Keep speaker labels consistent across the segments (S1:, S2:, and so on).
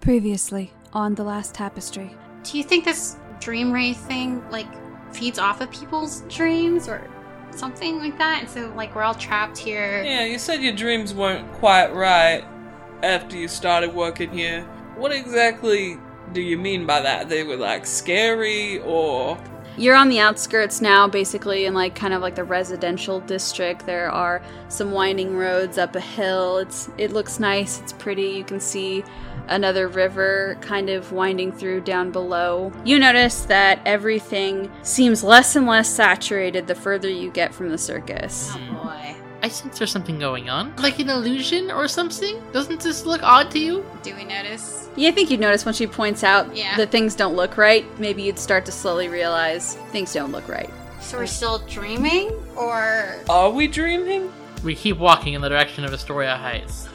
S1: Previously, on The Last Tapestry.
S2: Do you think this dream ray thing like feeds off of people's dreams or something like that? And so like we're all trapped here.
S3: Yeah, you said your dreams weren't quite right after you started working here. What exactly do you mean by that? They were like scary or.
S4: You're on the outskirts now, basically, in like kind of like the residential district. There are some winding roads up a hill. It's it looks nice. It's pretty. You can see another river kind of winding through down below. You notice that everything seems less and less saturated the further you get from the circus.
S2: Oh boy.
S5: I sense there's something going on. Like an illusion or something? Doesn't this look odd to you?
S2: Do we notice?
S4: Yeah, I think you'd notice when she points out
S2: Yeah.
S4: that things don't look right. Maybe you'd start to slowly realize things don't look right.
S2: So we're still dreaming or
S3: Are we dreaming?
S5: We keep walking in the direction of Astoria Heights.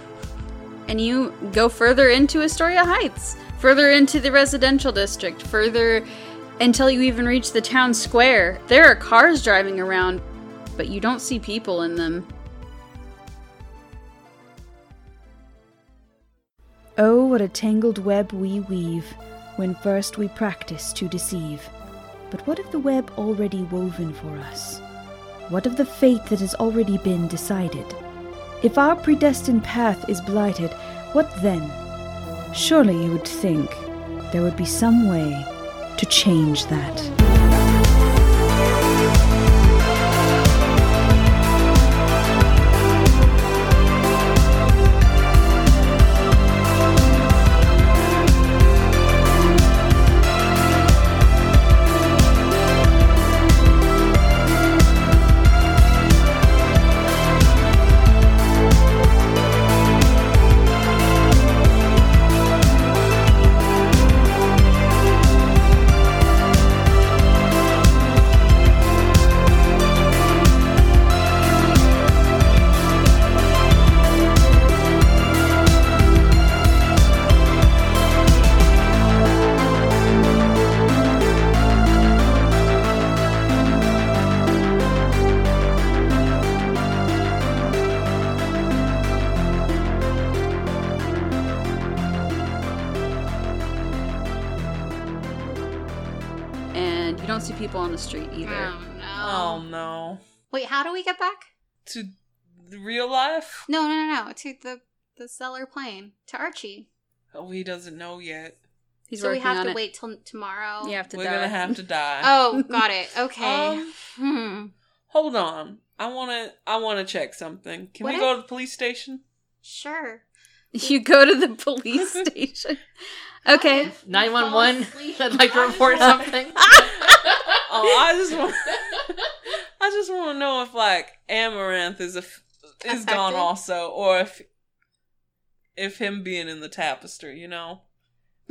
S4: and you go further into Astoria Heights, further into the residential district, further until you even reach the town square. There are cars driving around, but you don't see people in them.
S6: Oh, what a tangled web we weave when first we practice to deceive. But what of the web already woven for us? What of the fate that has already been decided? If our predestined path is blighted, what then? Surely you would think there would be some way to change that.
S4: And you don't see people on the street either.
S2: Oh no.
S5: Um,
S3: Oh no.
S2: Wait, how do we get back?
S3: To real life?
S2: No, no, no, no. To the the cellar plane. To Archie.
S3: Oh, he doesn't know yet.
S4: He's
S2: so we
S4: working
S2: have
S4: on
S2: to
S4: it.
S2: wait till tomorrow.
S4: You have to
S3: We're
S4: die.
S3: gonna have to die.
S2: Oh, got it. Okay.
S3: Um,
S2: hmm.
S3: Hold on. I wanna I wanna check something. Can
S2: What
S3: we
S2: if-
S3: go to the police station?
S2: Sure.
S4: You go to the police station. Okay.
S5: 911?
S2: asleep.
S5: I'd like to
S2: I'm
S5: report
S2: sorry.
S5: something.
S3: Oh, I just want I just want to know if like Amaranth is a f- is gone
S2: Affected?
S3: also, or if if him being in the tapestry, you know,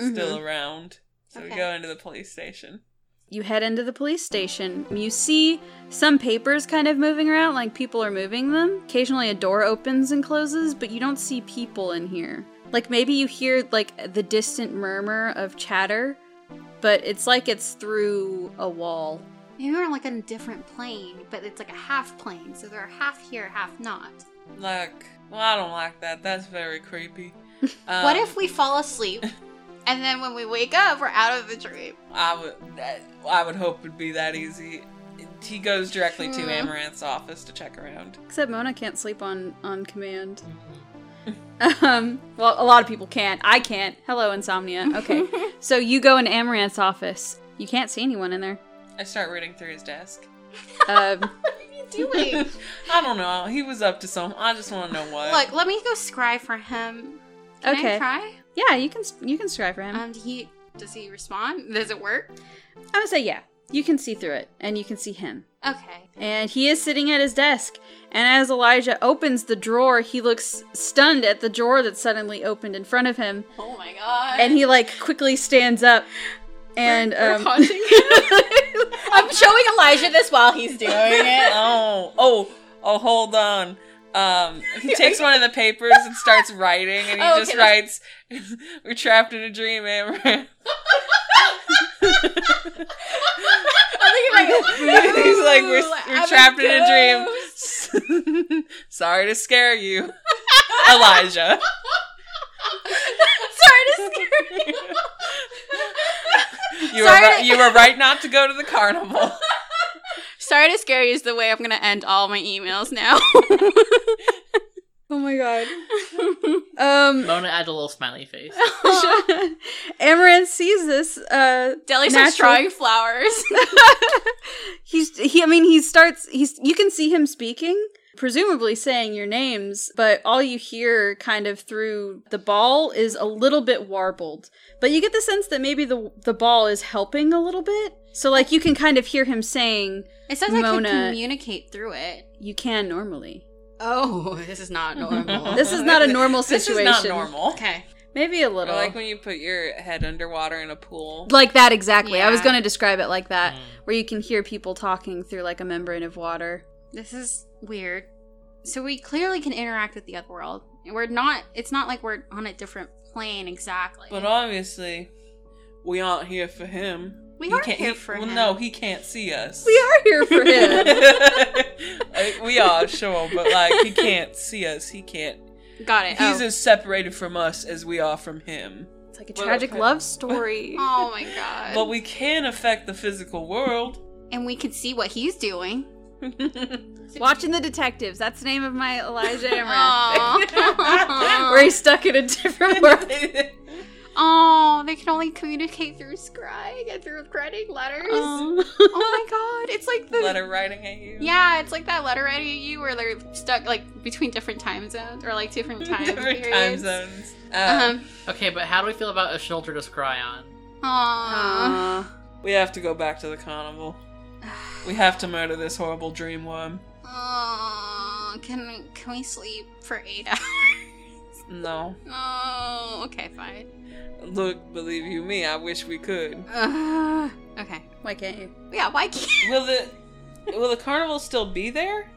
S3: still around. So we
S2: Mm-hmm. Okay.
S3: go into the police station.
S4: You head into the police station. You see some papers kind of moving around, like people are moving them. Occasionally a door opens and closes, but you don't see people in here. Like maybe you hear like the distant murmur of chatter, but it's like it's through a wall.
S2: Maybe we're on like a different plane, but it's like a half plane, so they're half here, half not.
S3: Like, well, I don't like that. That's very creepy. Um,
S2: what if we fall asleep and then when we wake up, we're out of the dream?
S3: I would that- I would hope it'd be that easy. He goes directly to
S2: Hmm.
S3: Amaranth's office to check around.
S4: Except Mona can't sleep on on command. Um, well, a lot of people can't. I can't. Hello, insomnia. Okay, so you go in Amaranth's office. You can't see anyone in there.
S3: I start reading through his desk.
S4: Um,
S2: Doing.
S3: I don't know. He was up to some. I just want to know what.
S2: Look, let me go scry for him. Can
S4: Okay.
S2: I try?
S4: yeah, you can you can strive for him.
S2: Um, do he does he respond? Does it work?
S4: I would say, yeah. You can see through it, and you can see him.
S2: Okay.
S4: And he is sitting at his desk. And as Elijah opens the drawer, he looks stunned at the drawer that suddenly opened in front of him.
S2: Oh my god.
S4: And he, like, quickly stands up. And, um,
S7: I'm showing Elijah this while he's doing it.
S3: oh, oh, oh, hold on. Um, he takes one of the papers and starts writing, and he
S7: Oh, okay,
S3: just
S7: that's-
S3: writes, "We're trapped in a dream, Amaranth."
S7: I'm thinking like,
S3: He's like,
S7: "Ooh,
S3: "We're,
S7: I'm
S3: we're trapped in a dream." Sorry to scare you, Elijah.
S7: Sorry to scare
S3: You were,
S2: Sorry
S3: ri-
S2: to-
S3: you were right not to go to the carnival.
S2: Sorry to scare you is the way I'm gonna end all my emails now.
S4: Oh my god. Um
S5: Mona add a little smiley face.
S4: Amaranth sees this uh
S2: Deli starts
S4: Natural.
S2: drawing flowers.
S4: he's he i mean he starts he's you can see him speaking presumably saying your names but all you hear kind of through the ball is a little bit warbled but you get the sense that maybe the the ball is helping a little bit so like you can kind of hear him saying
S2: It says I
S4: Mona-
S2: can communicate through it.
S4: you can normally
S2: Oh, this is not normal.
S4: this is not a normal
S3: this
S4: situation
S3: is not normal.
S2: okay.
S4: maybe a
S3: Or
S4: little
S3: like
S4: like,
S3: when you put your head underwater in a pool.
S4: that exactly i was
S2: Yeah.
S4: going to describe it like that
S5: Mm.
S4: where you can hear people talking through like a membrane of water
S2: This is weird. So we clearly can interact with the other world. We're not. It's not like we're on a different plane exactly.
S3: But uh, obviously, we aren't here for him.
S2: we
S3: He
S2: are
S3: can't-
S2: here
S3: he-
S2: for
S3: well,
S2: him.
S3: no, he can't see us.
S4: we are here for him
S3: Like, we are sure, but like he can't see us. He can't.
S2: Got it.
S3: He's
S2: oh.
S3: as separated from us as we are from him.
S4: it's like a
S3: Well,
S4: tragic
S3: okay.
S4: love story
S2: oh my god.
S3: But we can affect the physical world.
S2: and we can see what he's doing.
S4: Watching the detectives. That's the name of my Elijah Amaranth.
S2: Aw.
S4: Where he's stuck in a different world.
S2: Um. Oh, they can only communicate through scrying and through writing letters. Oh my god, it's like the
S3: Letter writing at you.
S2: Yeah, it's like that letter writing at you where they're stuck like between different time zones or like different time
S3: Different
S2: periods.
S3: time zones. Uh,
S2: Um,
S5: Okay, but how do we feel about a shoulder to scry on?
S2: aw.
S3: We have to go back to the carnival. We have to murder this horrible dream worm.
S2: Aw, can can we sleep for eight hours?
S3: No.
S2: Oh, okay, fine.
S3: Look, believe you me, I wish we could.
S2: Ugh. okay,
S4: Why can't you?
S2: yeah. Why can't?
S3: Will the will the carnival still be there?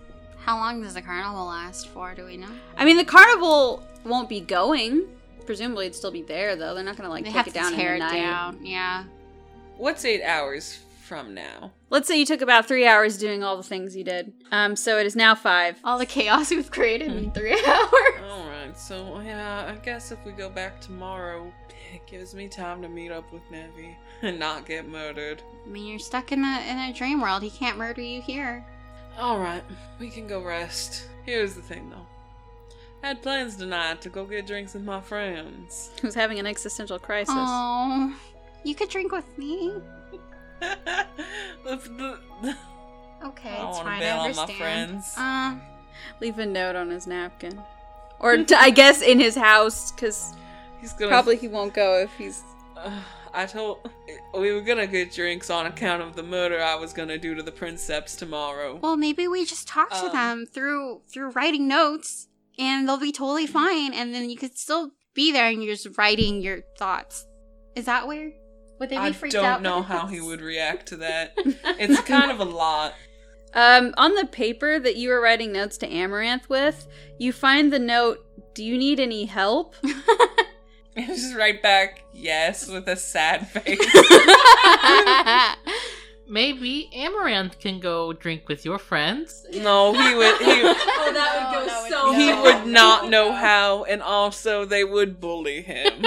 S2: How long does the carnival last for? Do we know?
S4: I mean, the carnival won't be going. Presumably, it'd still be there though. They're not gonna like
S2: they
S4: take
S2: have
S4: it
S2: to
S4: down
S2: tear
S4: in
S2: it
S4: the night.
S2: down. Yeah.
S3: What's eight hours from now?
S4: Let's say you took about three hours doing all the things you did. Um, so it is now five.
S2: All the chaos we've created
S3: Hmm.
S2: in three hours.
S3: Alright, so yeah, I guess if we go back tomorrow, it gives me time to meet up with Nevi and not get murdered.
S2: I mean, you're stuck in a in a dream world. He can't murder you here.
S3: Alright, we can go rest. Here's the thing though. I had plans tonight to go get drinks with my friends.
S4: Who's having an existential crisis?
S2: Oh, you could drink with me.
S3: the, the, the-
S2: Okay,
S3: I don't
S2: it's
S3: wanna
S2: fine.
S3: bail
S2: I
S3: on my
S2: understand.
S3: friends.
S2: Uh,
S4: Leave a note on his napkin, or t- I guess in his house, because
S3: he's gonna
S4: probably he won't go if he's.
S3: Ugh, I told we were gonna get drinks on account of the murder I was gonna do to the princeps tomorrow.
S2: well, maybe we just talk to
S3: Um.
S2: them through through writing notes, and they'll be totally fine. And then you could still be there, and you're just writing your thoughts. Is that weird? Would they be
S3: I
S2: freaked
S3: don't
S2: out? by
S3: know
S2: this?
S3: how he would react to that. it's kind of a lot.
S4: Um, on the paper that you were writing notes to Amaranth with, you find the note, Do you need any help?
S3: Just right back, yes, with a sad face.
S5: Maybe Amaranth can go drink with your friends.
S3: no, he would. He,
S4: Oh, that
S7: would go No, that would so go-
S3: he
S7: No.
S3: would not know how, and also they would bully him.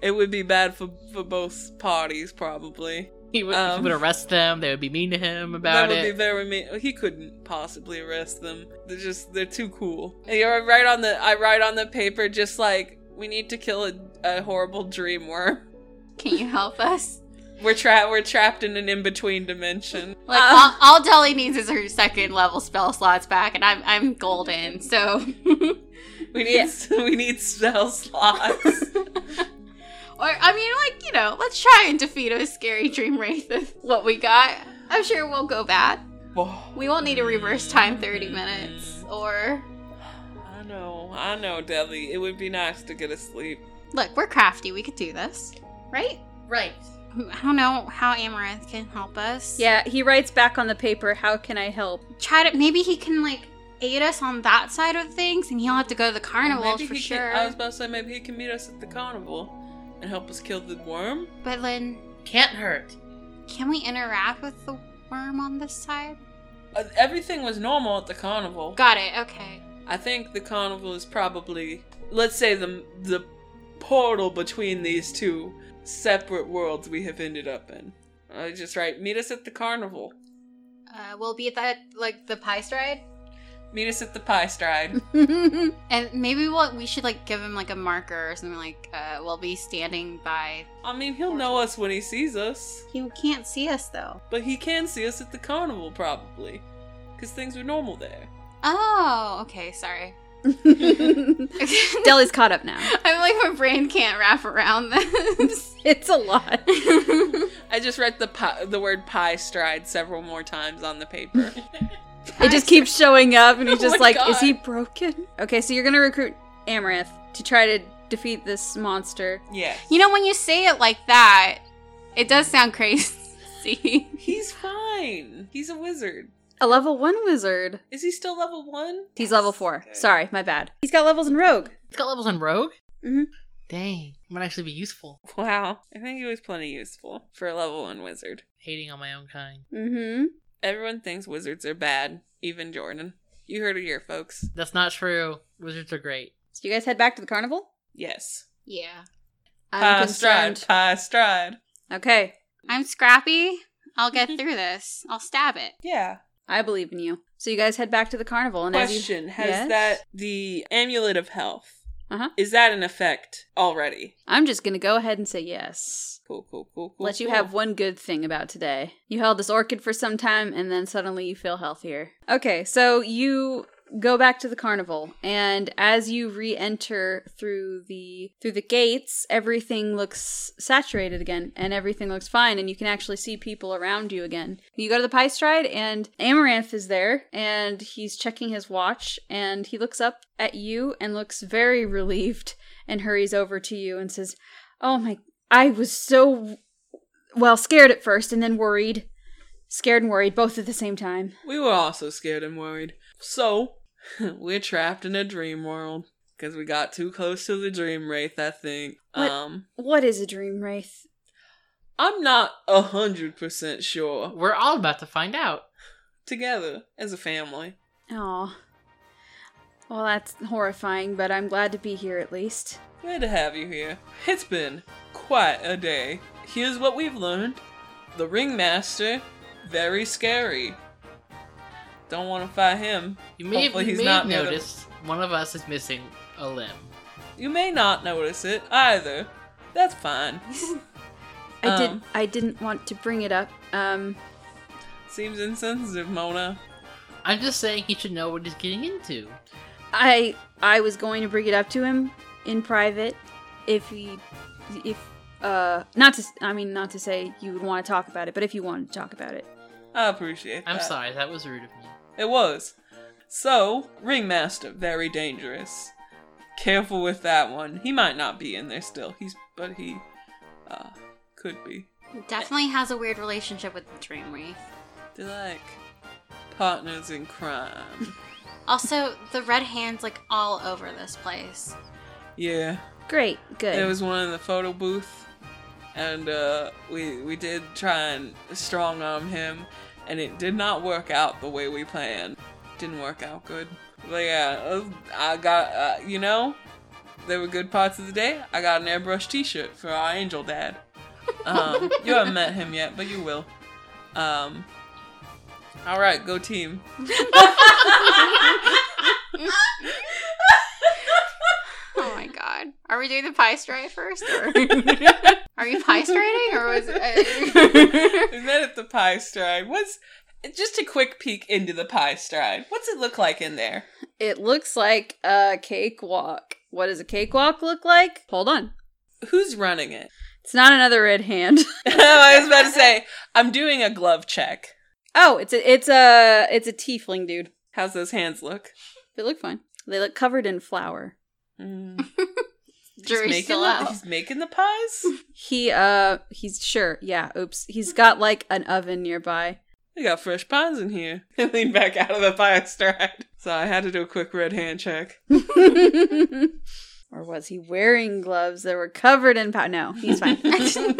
S3: it would be bad for for both parties, probably.
S5: He would,
S3: Um.
S5: he would arrest them. They would be mean to him
S3: that
S5: about
S3: would
S5: it.
S3: be very mean. He couldn't possibly arrest them. They're just they're too cool. And you're right on the I write on the paper just like we need to kill a, a horrible dream worm.
S2: Can you help us?
S3: We're trapped. We're trapped in an in between dimension.
S2: Like
S4: Uh.
S2: all, all Deli needs is her second level spell slots back, and I'm I'm golden. So,
S3: We need we need spell slots.
S2: or I mean, like you know, let's try and defeat a scary dream wraith with what we got. I'm sure it won't go bad.
S3: Whoa.
S2: We won't need to reverse time 30 minutes. Or
S3: I know. I know, Deli. It would be nice to get a sleep.
S2: look, we're crafty. We could do this, right?
S5: Right.
S2: I don't know how Amaranth can help us.
S4: Yeah, he writes back on the paper, How can I help?
S2: try to. Maybe he can like aid us on that side of things, and he'll have to go to the carnival
S3: Maybe
S2: for
S3: he uh,
S2: sure.
S3: Can, I was about to say maybe he can meet us at the carnival and help us kill the worm.
S2: But then,
S5: Can't hurt.
S2: can we interact with the worm on this side?
S3: Uh, everything was normal at the carnival.
S2: Got it. Okay.
S3: I think the carnival is probably, let's say the the portal between these two separate worlds we have ended up in. I just right. Meet us at the carnival.
S2: Uh, we'll be at that like the pie stride,
S3: Meet us at the pie stride.
S2: and maybe we'll, we should like give him like a marker or something. Like uh, we'll be standing by.
S3: I mean, he'll know us when he sees us,
S2: He can't see us though.
S3: but he can see us at the carnival probably, because things are normal there.
S2: Oh, okay. Sorry.
S4: Deli's caught up now.
S2: I'm like my brain can't wrap around this.
S4: It's a lot.
S3: I just read the pi- the word pie stride several more times on the paper.
S4: It just keeps showing up, and he's
S3: Oh
S4: just
S3: my
S4: like, "Is he
S3: God.
S4: broken?" Okay, so you're gonna recruit Amaranth to try to defeat this monster.
S3: yeah,
S2: you know, when you say it like that, it does sound crazy.
S3: he's fine. He's a wizard.
S4: A level one wizard.
S3: Is he still level one?
S4: He's level four.
S3: Okay.
S4: Sorry, my bad. He's got levels in Rogue.
S5: It's got levels on Rogue?
S4: Mhm.
S5: Dang. Might actually be useful.
S3: Wow, I think he was plenty useful for a level one wizard.
S5: Hating on my own kind.
S4: Mm-hmm.
S3: Everyone thinks wizards are bad, even Jordan. You heard it here, folks.
S5: That's not true. Wizards are great.
S4: So you guys head back to the carnival.
S3: Yes.
S2: yeah.
S4: I'm
S3: Pie
S4: concerned.
S3: Uh, stride, pie stride.
S4: Okay,
S2: I'm scrappy. I'll get through this. I'll stab it.
S3: Yeah.
S4: I believe in you. So you guys head back to the carnival, and as you,
S3: Question: Has
S4: Yes?
S3: that the amulet of health?
S4: Uh-huh.
S3: Is that an effect already?
S4: I'm just gonna go ahead and say yes.
S3: Cool, cool, cool, cool.
S4: Let you
S3: cool.
S4: have one good thing about today. You held this orchid for some time and then suddenly you feel healthier. Okay, so you go back to the carnival and as you re-enter through the through the gates, everything looks saturated again and everything looks fine and you can actually see people around you again. You go to the pie stride and Amaranth is there and he's checking his watch and he looks up at you and looks very relieved and hurries over to you and says, "Oh my I was so well, scared at first and then worried. Scared and worried, both at the same time.
S3: We were also scared and worried. So, we're trapped in a dream world because we got too close to the dream wraith. I think.
S4: What?
S3: Um,
S4: What is a dream wraith?
S3: I'm not a hundred percent sure.
S5: We're all about to find out.
S3: Together as a family.
S4: Oh. Well, that's horrifying, but I'm glad to be here at least.
S3: Glad to have you here. It's been quite a day. Here's what we've learned The Ringmaster, very scary. Don't want to fight him.
S5: You may
S3: Hopefully
S5: have, you
S3: he's
S5: may
S3: not
S5: have
S3: near them.
S5: noticed one of us is missing a limb.
S3: You may not notice it either. That's fine.
S4: I did
S3: Um.
S4: I didn't want to bring it up. Um
S3: Seems insensitive, Mona.
S5: I'm just saying he should know what he's getting into.
S4: I I was going to bring it up to him in private if he if uh not to s- I mean not to say you would want to talk about it, but if you wanted to talk about it.
S3: I appreciate
S5: I'm
S3: that.
S5: sorry, that was rude of me.
S3: It was. So, Ringmaster, very dangerous. Careful with that one. He might not be in there still. He's, but he, uh, could be.
S2: Definitely has a weird relationship with the dream wraith.
S3: They're like partners in crime.
S2: Also, the red hand's like all over this place.
S3: Yeah,
S4: Great, good.
S3: there was one in the photo booth, and uh, we we did try and strong arm him, and it did not work out the way we planned. Didn't work out good. But yeah, uh, I got uh, you know, there were good parts of the day. I got an airbrush T-shirt for our angel dad. Um, you haven't met him yet, but you will. Um, all right, go team.
S2: Oh my god. Are we doing the pie stride first? Or are you pie striding? Or was it. uh,
S3: Is that at the pie stride? What's just a quick peek into the pie stride? What's it look like in there?
S4: It looks like a cakewalk. What does a cakewalk look like? Hold on.
S3: Who's running it?
S4: It's not another red hand.
S3: I was about to say, I'm doing a glove check.
S4: oh, it's a it's a it's a tiefling dude.
S3: How's those hands look?
S4: They look fine. They look covered in flour.
S3: Mm.
S2: Jury's
S3: making
S2: still
S3: the,
S2: out.
S3: He's making the pies?
S4: He uh he's sure. Yeah, oops. He's got like an oven nearby.
S3: we got fresh pies in here. I leaned back out of the pie stride. So I had to do a quick red hand check.
S4: or was he wearing gloves that were covered in powder? No, he's fine.
S2: so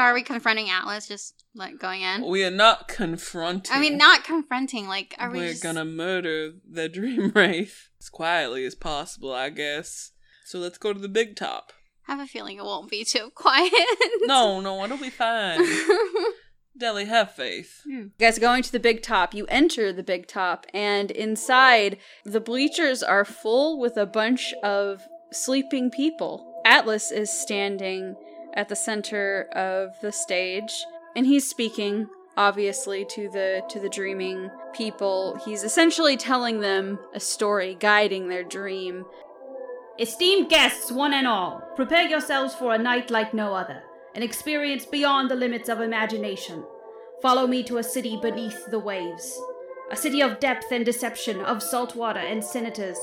S2: are we confronting Atlas just like going in?
S3: We are not confronting.
S2: I mean, not confronting. Like, are we
S3: We're
S2: just-
S3: gonna murder the dream wraith as quietly as possible, I guess. So let's go to the big top.
S2: I have a feeling it won't be too quiet.
S3: No, no, it'll be fine. Deli, have faith.
S4: You guys are going to the big top. You enter the big top, and inside, the bleachers are full with a bunch of sleeping people. Atlas is standing at the center of the stage, and he's speaking obviously to the to the dreaming people he's essentially telling them a story guiding their dream
S8: Esteemed guests, one and all, prepare yourselves for a night like no other, an experience beyond the limits of imagination. Follow me to a city beneath the waves, a city of depth and deception, of salt water and senators.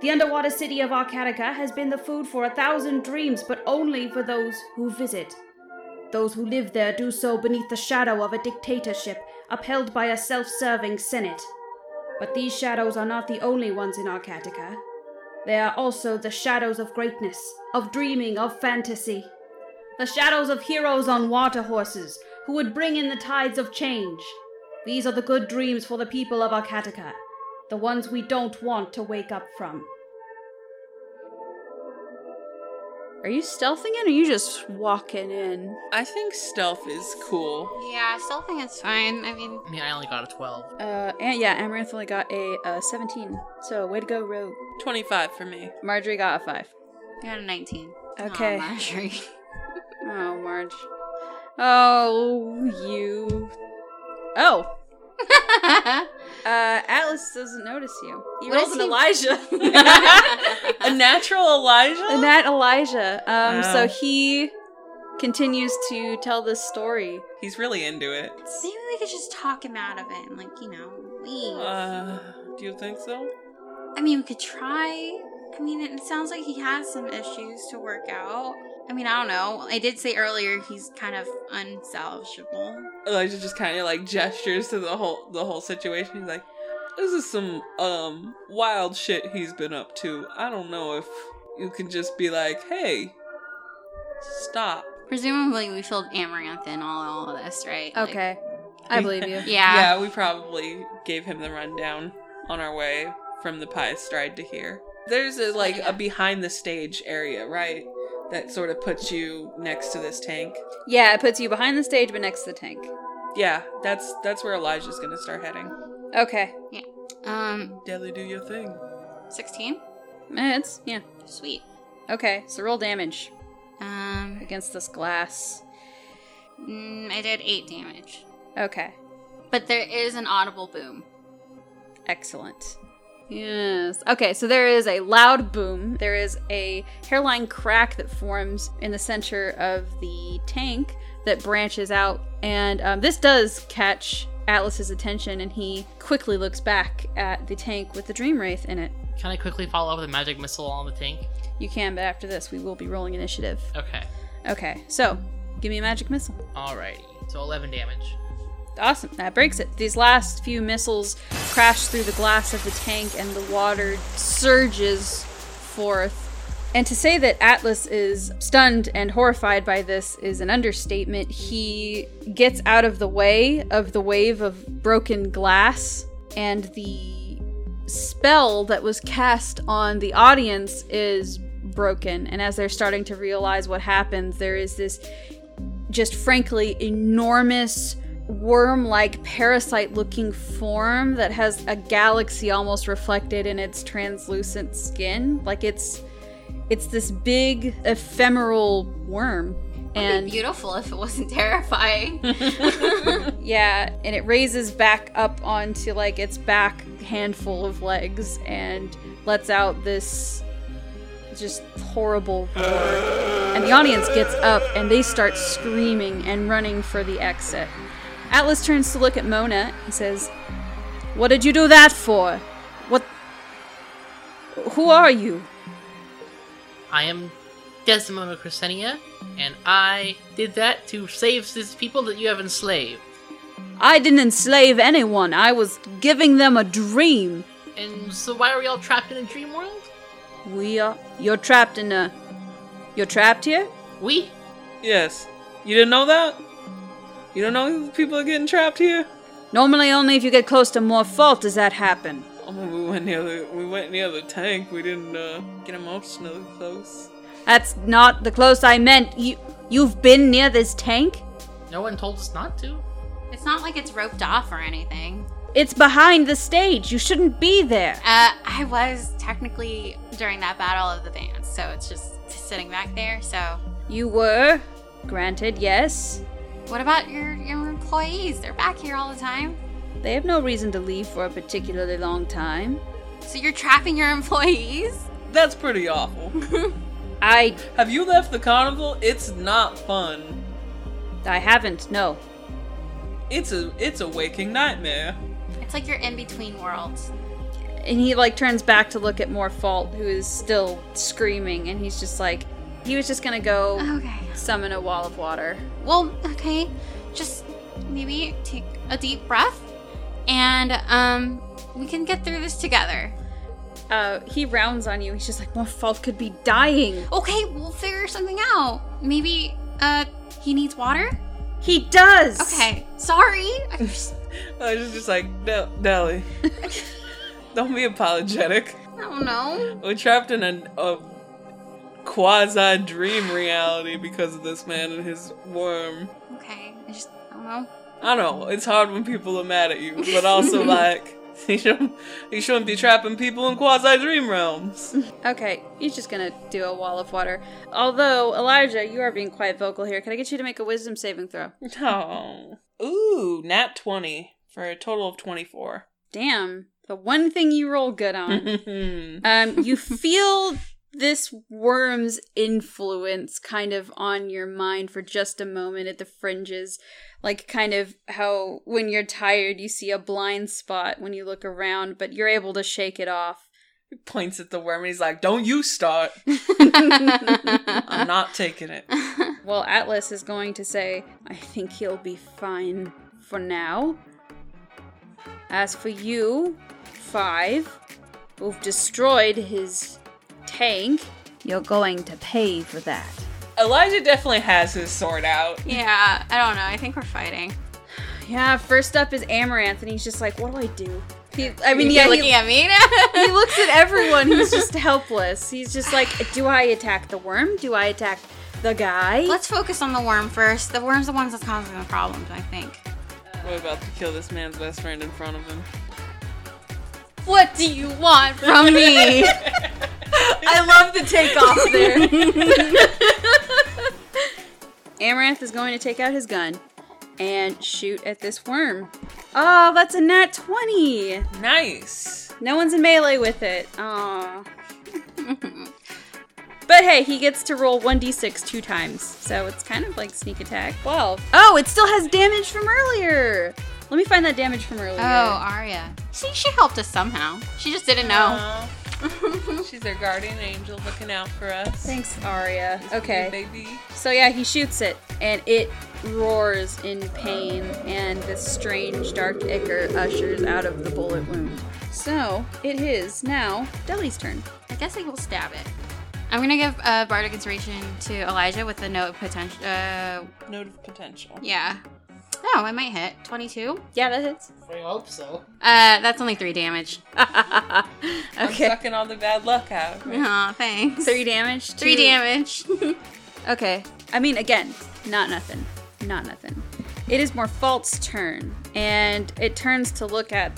S8: The underwater city of Arcatica has been the food for a thousand dreams, but only for those who visit. Those who live there do so beneath the shadow of a dictatorship upheld by a self serving senate. But these shadows are not the only ones in Arcatica. They are also the shadows of greatness, of dreaming, of fantasy. The shadows of heroes on water horses who would bring in the tides of change. These are the good dreams for the people of Arcatica, the ones we don't want to wake up from.
S4: are you stealthing in or are you just walking in
S3: I think stealth is cool.
S2: yeah, I still think it's fine. I mean,
S5: I mean, I only got a 12.
S4: uh and yeah amaranth only got a uh, 17 so way to go rogue
S3: 25 for me.
S4: Marjorie got a five.
S2: I got a 19.
S4: Okay.
S2: Aw, Marjorie.
S4: Oh, Marge. Oh, you. Oh, uh, Atlas doesn't notice you. He
S2: What
S4: rolls
S2: is
S4: an
S2: he-
S4: Elijah.
S3: A natural Elijah?
S4: and that Elijah. Um,
S3: Wow.
S4: so he continues to tell this story.
S3: He's really into it.
S2: Maybe we could just talk him out of it and, like, you know, leave.
S3: Uh, do you think so?
S2: I mean, we could try. I mean, it sounds like he has some issues to work out. I mean, I don't know. I did say earlier he's kind of unsalvageable.
S3: Elijah just kind of like gestures to the whole the whole situation. He's like, "This is some um wild shit he's been up to. I don't know if you can just be like, hey, stop."
S2: Presumably, we filled Amaranth in all, all of this, right? Like-
S4: Okay, I believe you.
S2: yeah.
S3: we probably gave him the rundown on our way from the pie stride to here. There's a, like a behind the stage area, right? That sort of puts you next to this tank.
S4: Yeah, it puts you behind the stage but next to the tank.
S3: Yeah, that's that's where Elijah's gonna start heading.
S4: Okay,
S2: Um,
S3: Deli, do your thing.
S2: 16?
S4: Eh, it's yeah.
S2: Sweet.
S4: Okay, so roll damage
S2: Um,
S4: against this glass.
S2: mm, I did 8 damage.
S4: Okay.
S2: But there is an audible boom.
S4: Excellent. Yes. Okay, so there is a loud boom. There is a hairline crack that forms in the center of the tank that branches out. And um, this does catch Atlas's attention, and he quickly looks back at the tank with the dream wraith in it.
S5: Can I quickly follow up with a magic missile on the tank?
S4: You can, but after this, we will be rolling initiative.
S5: Okay.
S4: Okay, so give me a magic missile.
S5: Alrighty. So 11 damage.
S4: Awesome. That breaks it. These last few missiles crash through the glass of the tank and the water surges forth. And to say that Atlas is stunned and horrified by this is an understatement. He gets out of the way of the wave of broken glass, and the spell that was cast on the audience is broken. And as they're starting to realize what happens, there is this just frankly enormous worm like parasite looking form that has a galaxy almost reflected in its translucent skin. Like it's it's this big ephemeral worm.
S2: It'd
S4: And
S2: be beautiful if it wasn't terrifying.
S4: yeah, and it raises back up onto like its back handful of legs and lets out this just horrible roar. And the audience gets up and they start screaming and running for the exit. Atlas turns to look at Mona. He says, What did you do that for? What? Who are you?
S5: I am Desdemona Crescenia, and I did that to save these people that you have enslaved.
S4: I didn't enslave anyone. I was giving them a dream.
S5: And so why are we all trapped in a dream world?
S4: We are. You're trapped in a. You're trapped here?
S5: We?
S3: Yes. You didn't know that? You don't know people are getting trapped here?
S4: Normally, only if you get close to more fault does that happen.
S3: Oh, when we went near the we went near the tank. We didn't uh, get emotionally close.
S4: That's not the close I meant. You you've been near this tank?
S5: No one told us not to.
S2: It's not like it's roped off or anything.
S4: It's behind the stage. You shouldn't be there.
S2: Uh, I was technically during that battle of the bands, so it's just sitting back there. So,
S4: You were granted, yes.
S2: what about your your employees? They're back here all the time.
S4: They have no reason to leave for a particularly long time.
S2: So you're trapping your employees?
S3: That's pretty awful.
S4: I
S3: Have you left the carnival? It's not fun.
S4: I haven't. No.
S3: It's a it's a waking nightmare.
S2: It's like you're in between worlds.
S4: And he like turns back to look at more fault who is still screaming and he's just like he was just going to go
S2: Okay.
S4: summon a wall of water.
S2: Well, okay. Just maybe take a deep breath, and um, we can get through this together.
S4: Uh he rounds on you. He's just like more fault could be dying.
S2: Okay, we'll figure something out. Maybe uh, he needs water.
S4: He does.
S2: Okay. Sorry. I just,
S3: I was just like, no, Nelly, don't be apologetic.
S2: I don't know.
S3: We're trapped in a, a quasi dream reality because of this man and his worm.
S2: Okay. I just I don't know.
S3: I know it's hard when people are mad at you, but also like you shouldn't you shouldn't be trapping people in quasi dream realms.
S4: Okay, he's just gonna do a wall of water. Although, Elijah, you are being quite vocal here. Can I get you to make a wisdom saving throw?
S3: Oh, ooh, nat twenty for a total of twenty four.
S4: Damn, the one thing you roll good on. um, you feel this worm's influence kind of on your mind for just a moment at the fringes. Like, kind of how when you're tired, you see a blind spot when you look around, but you're able to shake it off.
S3: Points at the worm and he's like, "Don't you start. I'm not taking it."
S4: Well, Atlas is going to say, I think he'll be fine for now. As for you, Five, who've destroyed his tank, you're going to pay for that.
S3: Elijah definitely has his sword out.
S2: Yeah, I don't know. I think we're fighting.
S4: Yeah, first up is Amaranth, and he's just like, What do I do? He, I mean,
S2: You're
S4: yeah,
S2: looking
S4: he,
S2: at me.
S4: he looks at everyone. He's just helpless. He's just like, Do I attack the worm? Do I attack the guy?
S2: Let's focus on the worm first. The worm's the ones that's causing the problems, I think.
S3: We're about to kill this man's best friend in front of him.
S2: What do you want from me?
S4: I love the takeoff there. Amaranth is going to take out his gun and shoot at this worm. Oh, that's a nat 20.
S3: Nice.
S4: No one's in melee with it. Aw. but hey, he gets to roll 1d6 two times, so it's kind of like sneak attack. 12. Oh, it still has damage from earlier. Let me find that damage from earlier.
S2: oh, Arya. See, she helped us somehow. She just didn't know.
S4: Oh.
S3: Aw. She's our guardian angel looking out for us.
S4: Thanks, Aria. Okay.
S3: Baby.
S4: So yeah, he shoots it, and it roars in pain, and this strange dark ichor ushers out of the bullet wound. So it is now Deli's turn.
S2: I guess I will stab it. I'm gonna give uh, bardic inspiration to Elijah with the note of potential. Uh,
S3: Note of potential.
S2: yeah. Oh, I might hit 22.
S4: Yeah, that hits.
S5: I hope so.
S2: Uh, that's only three damage.
S3: I'm
S4: okay,
S3: sucking all the bad luck out. of it.
S2: Aw, thanks.
S4: three damage. to-
S2: Three damage.
S4: Okay. I mean, again, not nothing. Not nothing. It is more fault's turn, and it turns to look at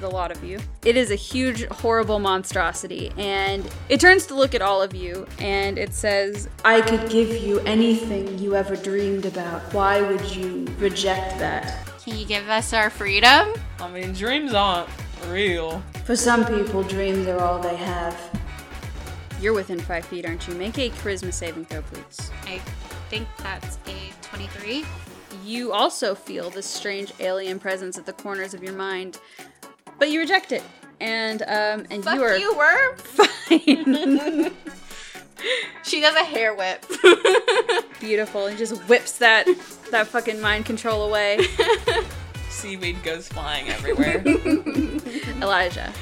S4: the lot of you. It is a huge, horrible monstrosity, and it turns to look at all of you, and it says, I could give you anything you ever dreamed about. Why would you reject that?
S2: Can you give us our freedom?
S4: Mm-hmm.
S3: I mean, dreams aren't real.
S9: For some people, dreams are all they have.
S4: You're within five feet, aren't you? Make a charisma saving throw, please.
S2: I think that's a 23.
S4: You also feel this strange alien presence at the corners of your mind, but you reject it. And um, and you are
S2: worm.
S4: fine.
S2: She does a hair whip.
S4: Beautiful, and just whips that that fucking mind control away.
S3: Seaweed goes flying everywhere.
S4: Elijah,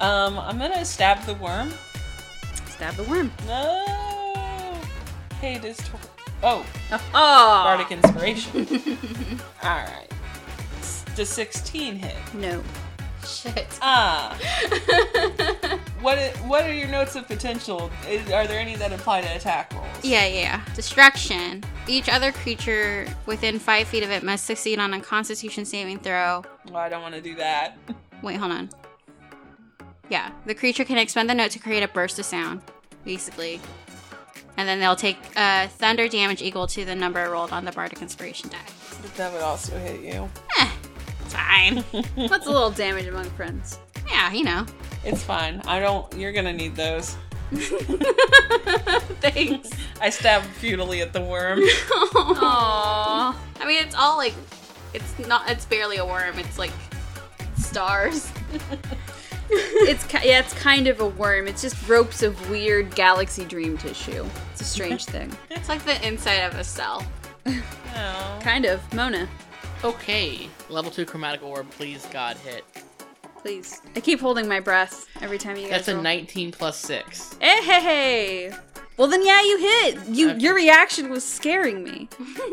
S3: um, I'm gonna stab the worm.
S4: stab the worm.
S3: No. Hey, does tw- oh
S4: Oh
S3: bardic inspiration. all right. S- Does 16 hit?
S4: no!
S2: Shit.
S3: Ah. What i- what are your notes of potential? Is, are there any that apply to attack rolls?
S2: Yeah, yeah, yeah. Destruction. Each other creature within five feet of it must succeed on a Constitution saving throw.
S3: Well, I don't want to do that.
S2: Wait, hold on. Yeah, the creature can expend the note to create a burst of sound, basically. And then they'll take uh, thunder damage equal to the number rolled on the Bardic Inspiration die.
S3: But that would also hit you.
S2: It's fine.
S4: What's a little damage among friends?
S2: yeah, you know.
S3: It's fine. I don't. You're gonna need those.
S2: Thanks.
S3: I stabbed futilely at the worm.
S2: Aww. I mean, it's all like, it's not, it's barely a worm. It's like stars.
S4: it's ki- yeah, it's kind of a worm. It's just ropes of weird galaxy dream tissue. It's a strange thing.
S2: It's like the inside of a cell.
S3: Oh,
S4: Kind of. Mona,
S5: Okay, level two chromatic orb, please God hit.
S4: please. I keep holding my breath every time you guys.
S5: That's a
S4: roll.
S5: 19 plus six.
S4: Hey, hey, hey. Well then, yeah, you hit. You
S5: Okay.
S4: your reaction was scaring me.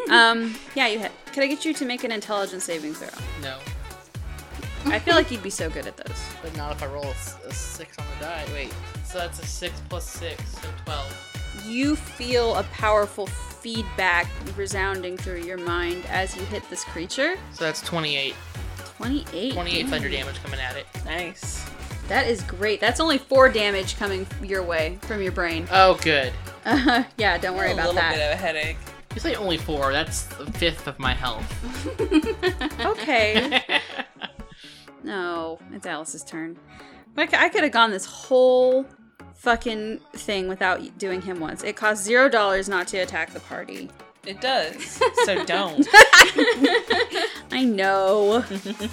S4: um, yeah, you hit. Could I get you to make an intelligence saving throw?
S5: No,
S4: I feel like you'd be so good at those.
S5: but not if I roll a, s- a six on the die. Wait, so that's a six plus six, so 12.
S4: You feel a powerful feedback resounding through your mind as you hit this creature.
S5: So that's 28.
S4: 28.
S5: 28 thunder damage coming at it.
S3: Nice.
S4: That is great. That's only four damage coming your way from your brain.
S5: Oh, good.
S4: Uh, yeah, don't worry
S3: a
S4: about
S3: little bit
S4: that.
S3: of a headache.
S5: You say only four, that's a fifth of my health.
S4: Okay. no, it's Alice's turn. But I c- I could have gone this whole fucking thing without y- doing him once. It costs zero dollars not to attack the party.
S3: It does. So don't.
S4: I know.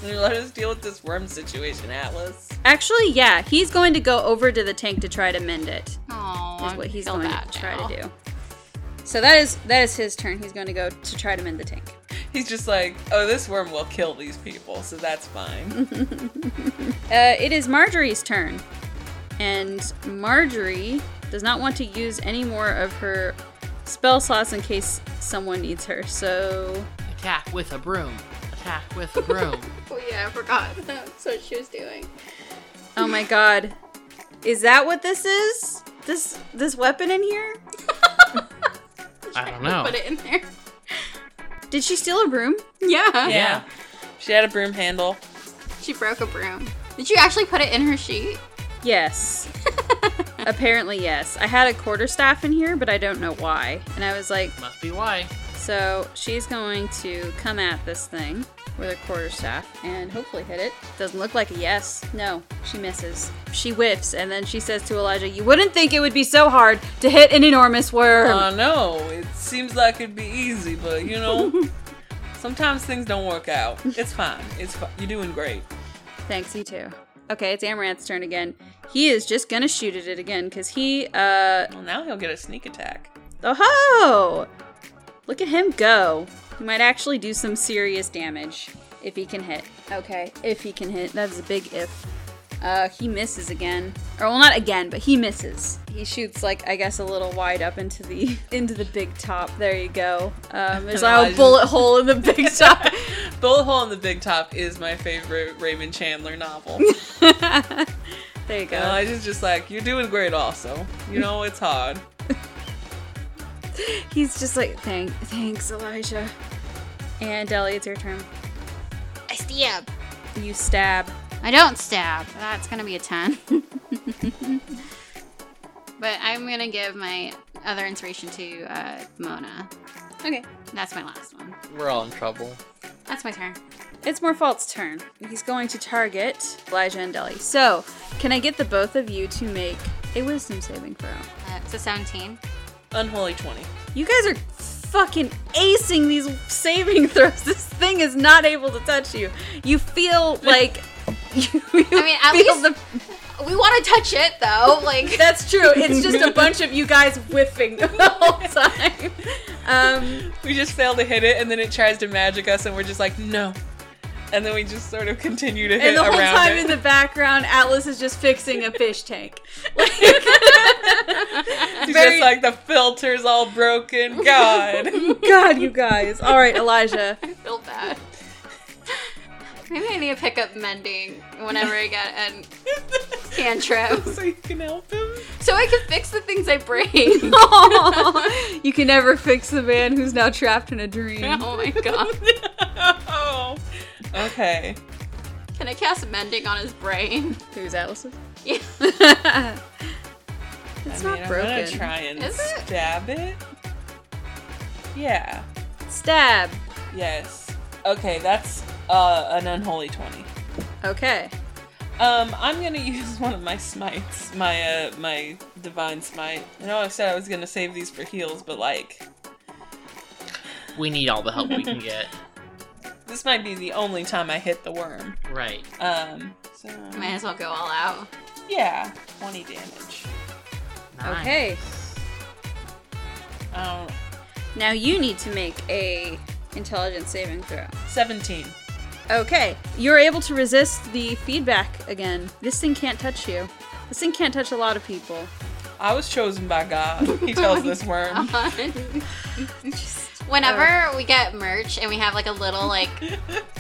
S3: Let us deal with this worm situation, Atlas.
S4: Actually, yeah, he's going to go over to the tank to try to mend it.
S2: Aww.
S4: is what he's going to try to do. So that is that is his turn. He's going to go to try to mend the tank.
S3: He's just like, oh, this worm will kill these people, so that's fine.
S4: Uh, it is Marjorie's turn, and Marjorie does not want to use any more of her spell slots in case someone needs her. So
S5: Attack with a broom. Attack with a broom.
S2: Oh, yeah, I forgot. That's what she was doing.
S4: Oh my god. Is that what this is? This this weapon in here?
S5: I don't know.
S2: Put it in there.
S4: Did she steal a broom?
S2: Yeah.
S3: yeah. She had a broom handle.
S2: She broke a broom. Did you actually put it in her sheet?
S4: Yes. Apparently yes. I had a quarterstaff in here, but I don't know why. And I was like,
S5: Must be why.
S4: so she's going to come at this thing with a quarterstaff and hopefully hit it. Doesn't look like a yes. No, she misses. She whiffs and then she says to Elijah, "You wouldn't think it would be so hard to hit an enormous worm."
S3: I know. It seems like it'd be easy, but you know, sometimes things don't work out. It's fine. It's fi- you're doing great.
S4: Thanks, you too. Okay, it's Amaranth's turn again. He is just gonna shoot at it again because he, uh,
S3: Well, now he'll get a sneak attack.
S4: oh ho! Look at him go. He might actually do some serious damage if he can hit. Okay, if he can hit. That is a big if. Uh, he misses again. Or well, not again, but he misses. He shoots like I guess a little wide up into the into the big top. There you go. Um, there's a
S3: Elijah.
S4: bullet hole in the big top.
S3: Bullet Hole in the Big Top is my favorite Raymond Chandler novel.
S4: there you go.
S3: Elijah's just like, you're doing great, also. You know, it's hard.
S4: He's just like, Thank, thanks, Elijah. And Ellie, it's your turn.
S2: I stab.
S4: You stab.
S2: I don't stab. That's gonna be a ten. but I'm gonna give my other inspiration to uh, Mona.
S4: Okay.
S2: That's my last one.
S5: We're all in trouble.
S2: That's my turn.
S4: It's Morfault's turn. He's going to target Elijah and Ellie. So, can I get the both of you to make a wisdom saving throw?
S2: Uh, it's a 17.
S3: Unholy 20.
S4: You guys are fucking acing these saving throws. This thing is not able to touch you. You feel like. You, you
S2: I mean, at
S4: feel
S2: least we want to touch it though. Like,
S4: That's true. It's just a bunch of you guys whiffing the whole time. Um,
S3: We just fail to hit it, and then it tries to magic us, and we're just like, no. And then we just sort of continue to hit
S4: And the whole
S3: around
S4: time
S3: it.
S4: in the background, Atlas is just fixing a fish tank. Like,
S3: She's
S4: very-
S3: just like, the filter's all broken. God.
S4: God, you guys. All right, Elijah.
S2: I feel bad. Maybe I need to pick up mending whenever I get an cantrip
S3: so you can help him.
S2: so I can fix the things I break.
S4: you can never fix the man who's now trapped in a dream.
S2: oh my god.
S3: oh. Okay.
S2: Can I cast mending on his brain?
S4: Who's Allison?
S2: Yeah.
S4: It's
S3: I
S4: not
S3: mean, I'm
S4: broken.
S3: gonna try and
S2: Is it?
S3: stab it. Yeah.
S4: Stab.
S3: Yes. Okay, that's uh, an unholy twenty.
S4: Okay.
S3: Um, I'm gonna use one of my smites, my uh, my divine smite. I know I said I was gonna save these for heals, but like
S5: We need all the help we can get.
S3: this might be the only time I hit the worm.
S5: Right.
S3: Um, so
S2: Might as well go all out.
S3: yeah, twenty damage.
S5: Nice.
S4: Okay.
S3: Um,
S4: Now you need to make a intelligence saving throw.
S3: seventeen.
S4: Okay. You're able to resist the feedback again. This thing can't touch you. This thing can't touch a lot of people.
S3: I was chosen by God. He tells this worm.
S2: Whenever we get merch and we have like a little like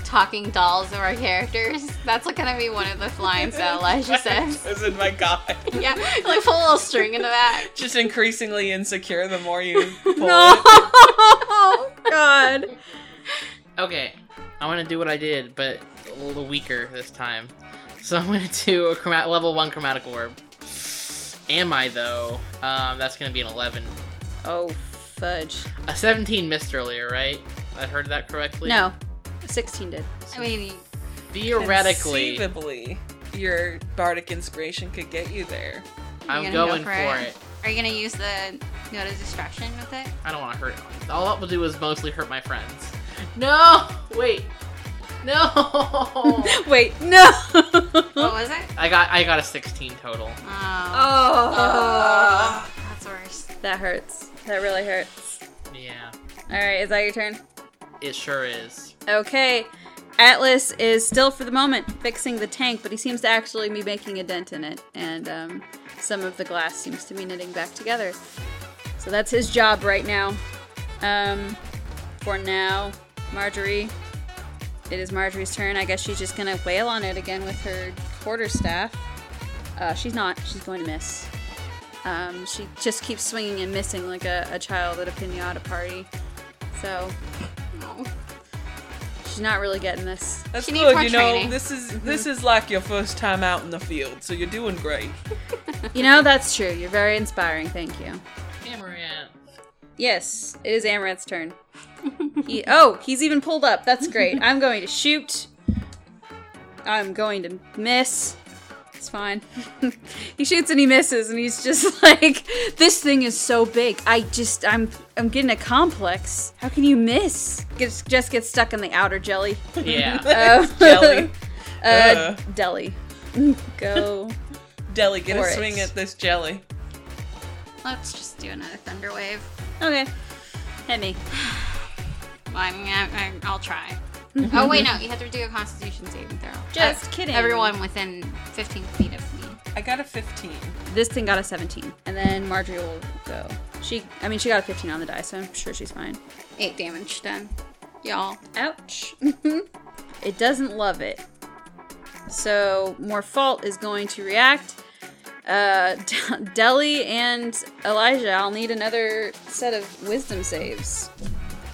S2: talking dolls of our characters, that's like gonna be one of the lines that Elijah says.
S3: Chosen by God.
S2: Yeah, like pull a little string into that.
S3: Just increasingly insecure the more you pull it.
S4: oh God.
S5: Okay, I want to do what I did, but a little weaker this time. So I'm gonna do a chroma- level one chromatic orb. Am I though? Um, that's gonna be an eleven.
S4: Oh fudge.
S5: A seventeen missed earlier, right? I heard that correctly.
S4: No. 16 did.
S2: I mean,
S5: Theoretically,
S3: Conceivably, your bardic inspiration could get you there.
S5: I'm
S2: gonna
S5: going
S2: go
S5: for
S2: for it?
S5: it.
S2: are you gonna use the note of distraction with it?
S5: I don't want to hurt. All that will do is mostly hurt my friends. No, wait, no.
S4: Wait, no.
S2: What was it?
S5: I got I got a sixteen total.
S2: Oh,
S4: oh.
S2: that's worse.
S4: That hurts. That really hurts.
S5: Yeah,
S4: All right, is that your turn?
S5: it sure is.
S4: Okay. Atlas is still for the moment fixing the tank, but he seems to actually be making a dent in it, and um, some of the glass seems to be knitting back together. So that's his job right now. Um, for now, Marjorie. It is Marjorie's turn. I guess she's just gonna wail on it again with her quarterstaff. Uh, she's not. She's going to miss. Um, she just keeps swinging and missing like a, a child at a pinata party. So she's not really getting this.
S3: That's
S2: She
S3: good.
S2: needs more
S3: you know,
S2: training.
S3: this is this is like your first time out in the field, so you're doing great.
S4: You know, that's true. You're very inspiring. Thank you.
S5: Amaranth.
S4: Yes, it is Amaranth's turn. He, oh, he's even pulled up. That's great. I'm going to shoot. I'm going to miss. It's fine. he shoots and he misses, and he's just like, "This thing is so big. I just, I'm, I'm getting a complex. How can you miss? Gets, just gets stuck in the outer jelly.
S5: Yeah.
S4: Oh.
S3: Jelly.
S4: uh,
S3: Uh.
S4: deli. Go.
S3: Deli, get
S4: For
S3: a
S4: it.
S3: swing at this jelly.
S2: Let's just do another thunder wave.
S4: Okay. Hit me.
S2: Well, I mean, I, I, I'll try. oh wait, no, you have to do a Constitution saving throw.
S4: Just
S2: Ev-
S4: kidding.
S2: Everyone within 15 feet of me.
S3: I got a 15.
S4: This thing got a 17. And then Marjorie will go. She, I mean, she got a 15 on the die, so I'm sure she's fine.
S2: Eight damage done, y'all.
S4: Ouch. it doesn't love it. So Morfault is going to react. Uh, Deli and Elijah, I'll need another set of wisdom saves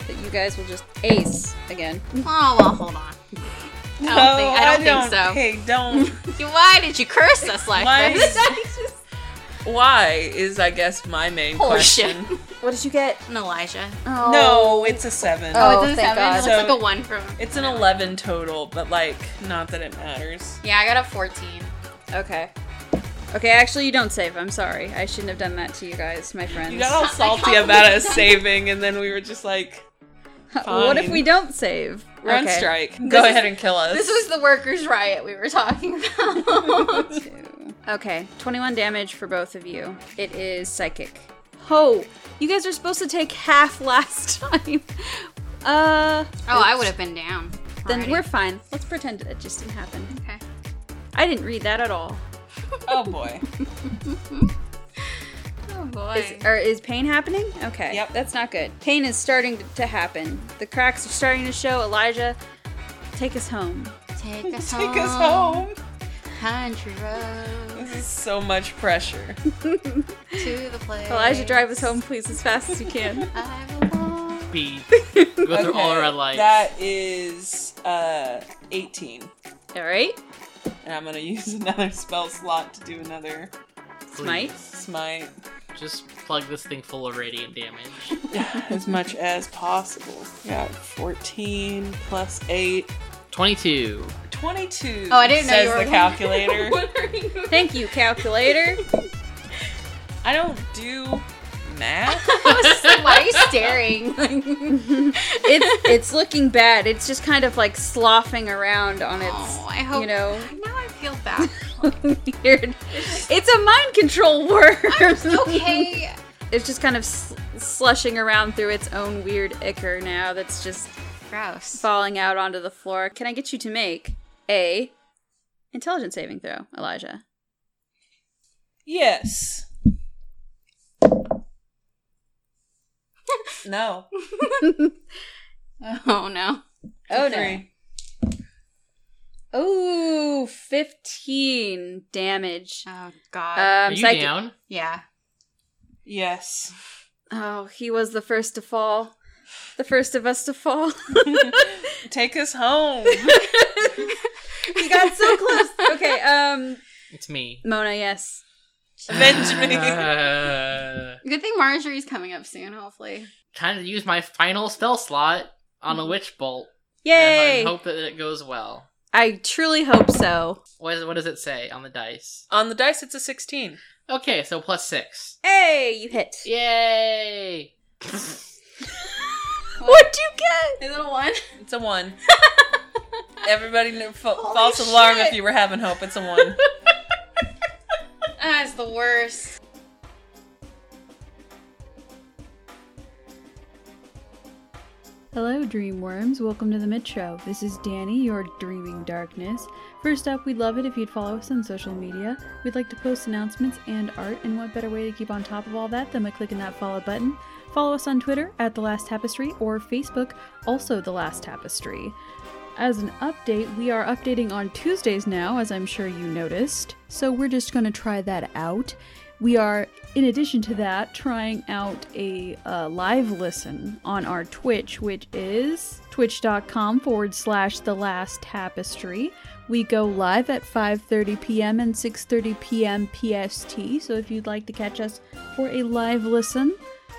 S4: that you guys will just ace again.
S2: Oh well, hold on. I don't think Oh, I don't, think
S3: Oh, Hey, don't.
S2: so. You- Why did you curse us like
S3: Why-
S2: this?
S3: Why is I guess my main
S2: Horseshit.
S3: question.
S4: What did you get?
S2: And Elijah.
S4: Oh,
S3: No, it's a seven.
S4: Oh,
S2: Is it
S4: thank
S2: seven? It
S4: God.
S2: looks
S3: So-
S2: like a one from.
S3: It's an 11 total, but like, not that it matters.
S2: Yeah, I got a 14.
S4: Okay. Okay, actually, you don't save. I'm sorry. I shouldn't have done that to you guys, my friends.
S3: You got all salty about us saving, and then we were just like,
S4: what if
S3: fine.
S4: we don't save?
S3: we're on
S4: Okay.
S3: strike. Go ahead and kill us.
S2: This was the workers' riot we were talking about.
S4: Okay, 21 damage for both of you. It is psychic. Ho! You guys are supposed to take half last time. Uh,
S2: oh, I would have been down.
S4: then
S2: already.
S4: we're fine. Let's pretend it just didn't happen.
S2: okay.
S4: I didn't read that at all.
S3: oh boy.
S2: Oh boy.
S4: Is, or is pain happening? Okay.
S3: Yep.
S4: That's not good. Pain is starting to happen. The cracks are starting to show. Elijah, take us home.
S2: Take us home.
S3: Take us home.
S2: Country road.
S3: so much pressure.
S2: to the place.
S4: Elijah, drive us home, please, as fast as you can.
S2: I belong.
S5: Be go through all the red lights.
S3: That is uh, 18.
S4: All right,
S3: And I'm going to use another spell slot to do another
S4: Smite.
S3: smite
S5: Just plug this thing full of radiant damage.
S3: as much as possible. Got 14 plus 8.
S5: Twenty-two.
S4: Um,
S3: 22.
S2: Oh, I didn't know
S3: says
S2: you were
S3: the
S2: wondering-
S3: calculator.
S4: Thank you, calculator.
S3: I don't do math.
S2: Why are you staring?
S4: it's it's looking bad. It's just kind of like sloughing around on its,
S2: Oh, I hope.
S4: you know,
S2: Now I feel bad.
S4: weird. It's a mind control worm.
S2: okay.
S4: It's just kind of sl- slushing around through its own weird ichor now. That's just
S2: Gross.
S4: falling out onto the floor. Can I get you to make a intelligence saving throw, Elijah?
S3: yes. No.
S2: Oh no.
S4: Oh
S3: Three.
S4: Oh, 15 damage.
S2: Oh god.
S5: Are
S4: Um,
S5: you
S4: psychic-
S5: down?
S2: yeah.
S3: Yes.
S4: Oh, he was the first to fall. The first of us to fall.
S3: Take us home.
S4: he got so close. Okay, um,
S5: It's me.
S4: Mona, yes.
S3: Avenge me.
S5: Uh,
S2: Good thing Marjorie's coming up soon. Hopefully.
S5: time to use my final spell slot on a witch bolt.
S4: Yay!
S5: And hope that it goes well.
S4: I truly hope so.
S5: What, is, what does it say on the dice?
S3: On the dice, it's a 16.
S5: Okay, so plus six.
S4: Hey, you hit.
S5: Yay!
S4: What'd you get?
S2: Is it a one?
S3: It's a 1. Everybody knew fa- false alarm if you were having hope. It's a 1.
S2: That's the worst.
S8: Hello, dream worms. Welcome to the mid show. This is Danny, your Dreaming Darkness. First up, we'd love it if you'd follow us on social media. We'd like to post announcements and art, and what better way to keep on top of all that than by clicking that follow button? Follow us on Twitter at The Last Tapestry or Facebook, also The Last Tapestry. As an update, we are updating on Tuesdays now, as I'm sure you noticed. So we're just going to try that out. We are, in addition to that, trying out a uh, live listen on our Twitch, which is twitch.com forward slash the last tapestry. We go live at 5:30 p.m. and 6:30 p.m. PST. So if you'd like to catch us for a live listen,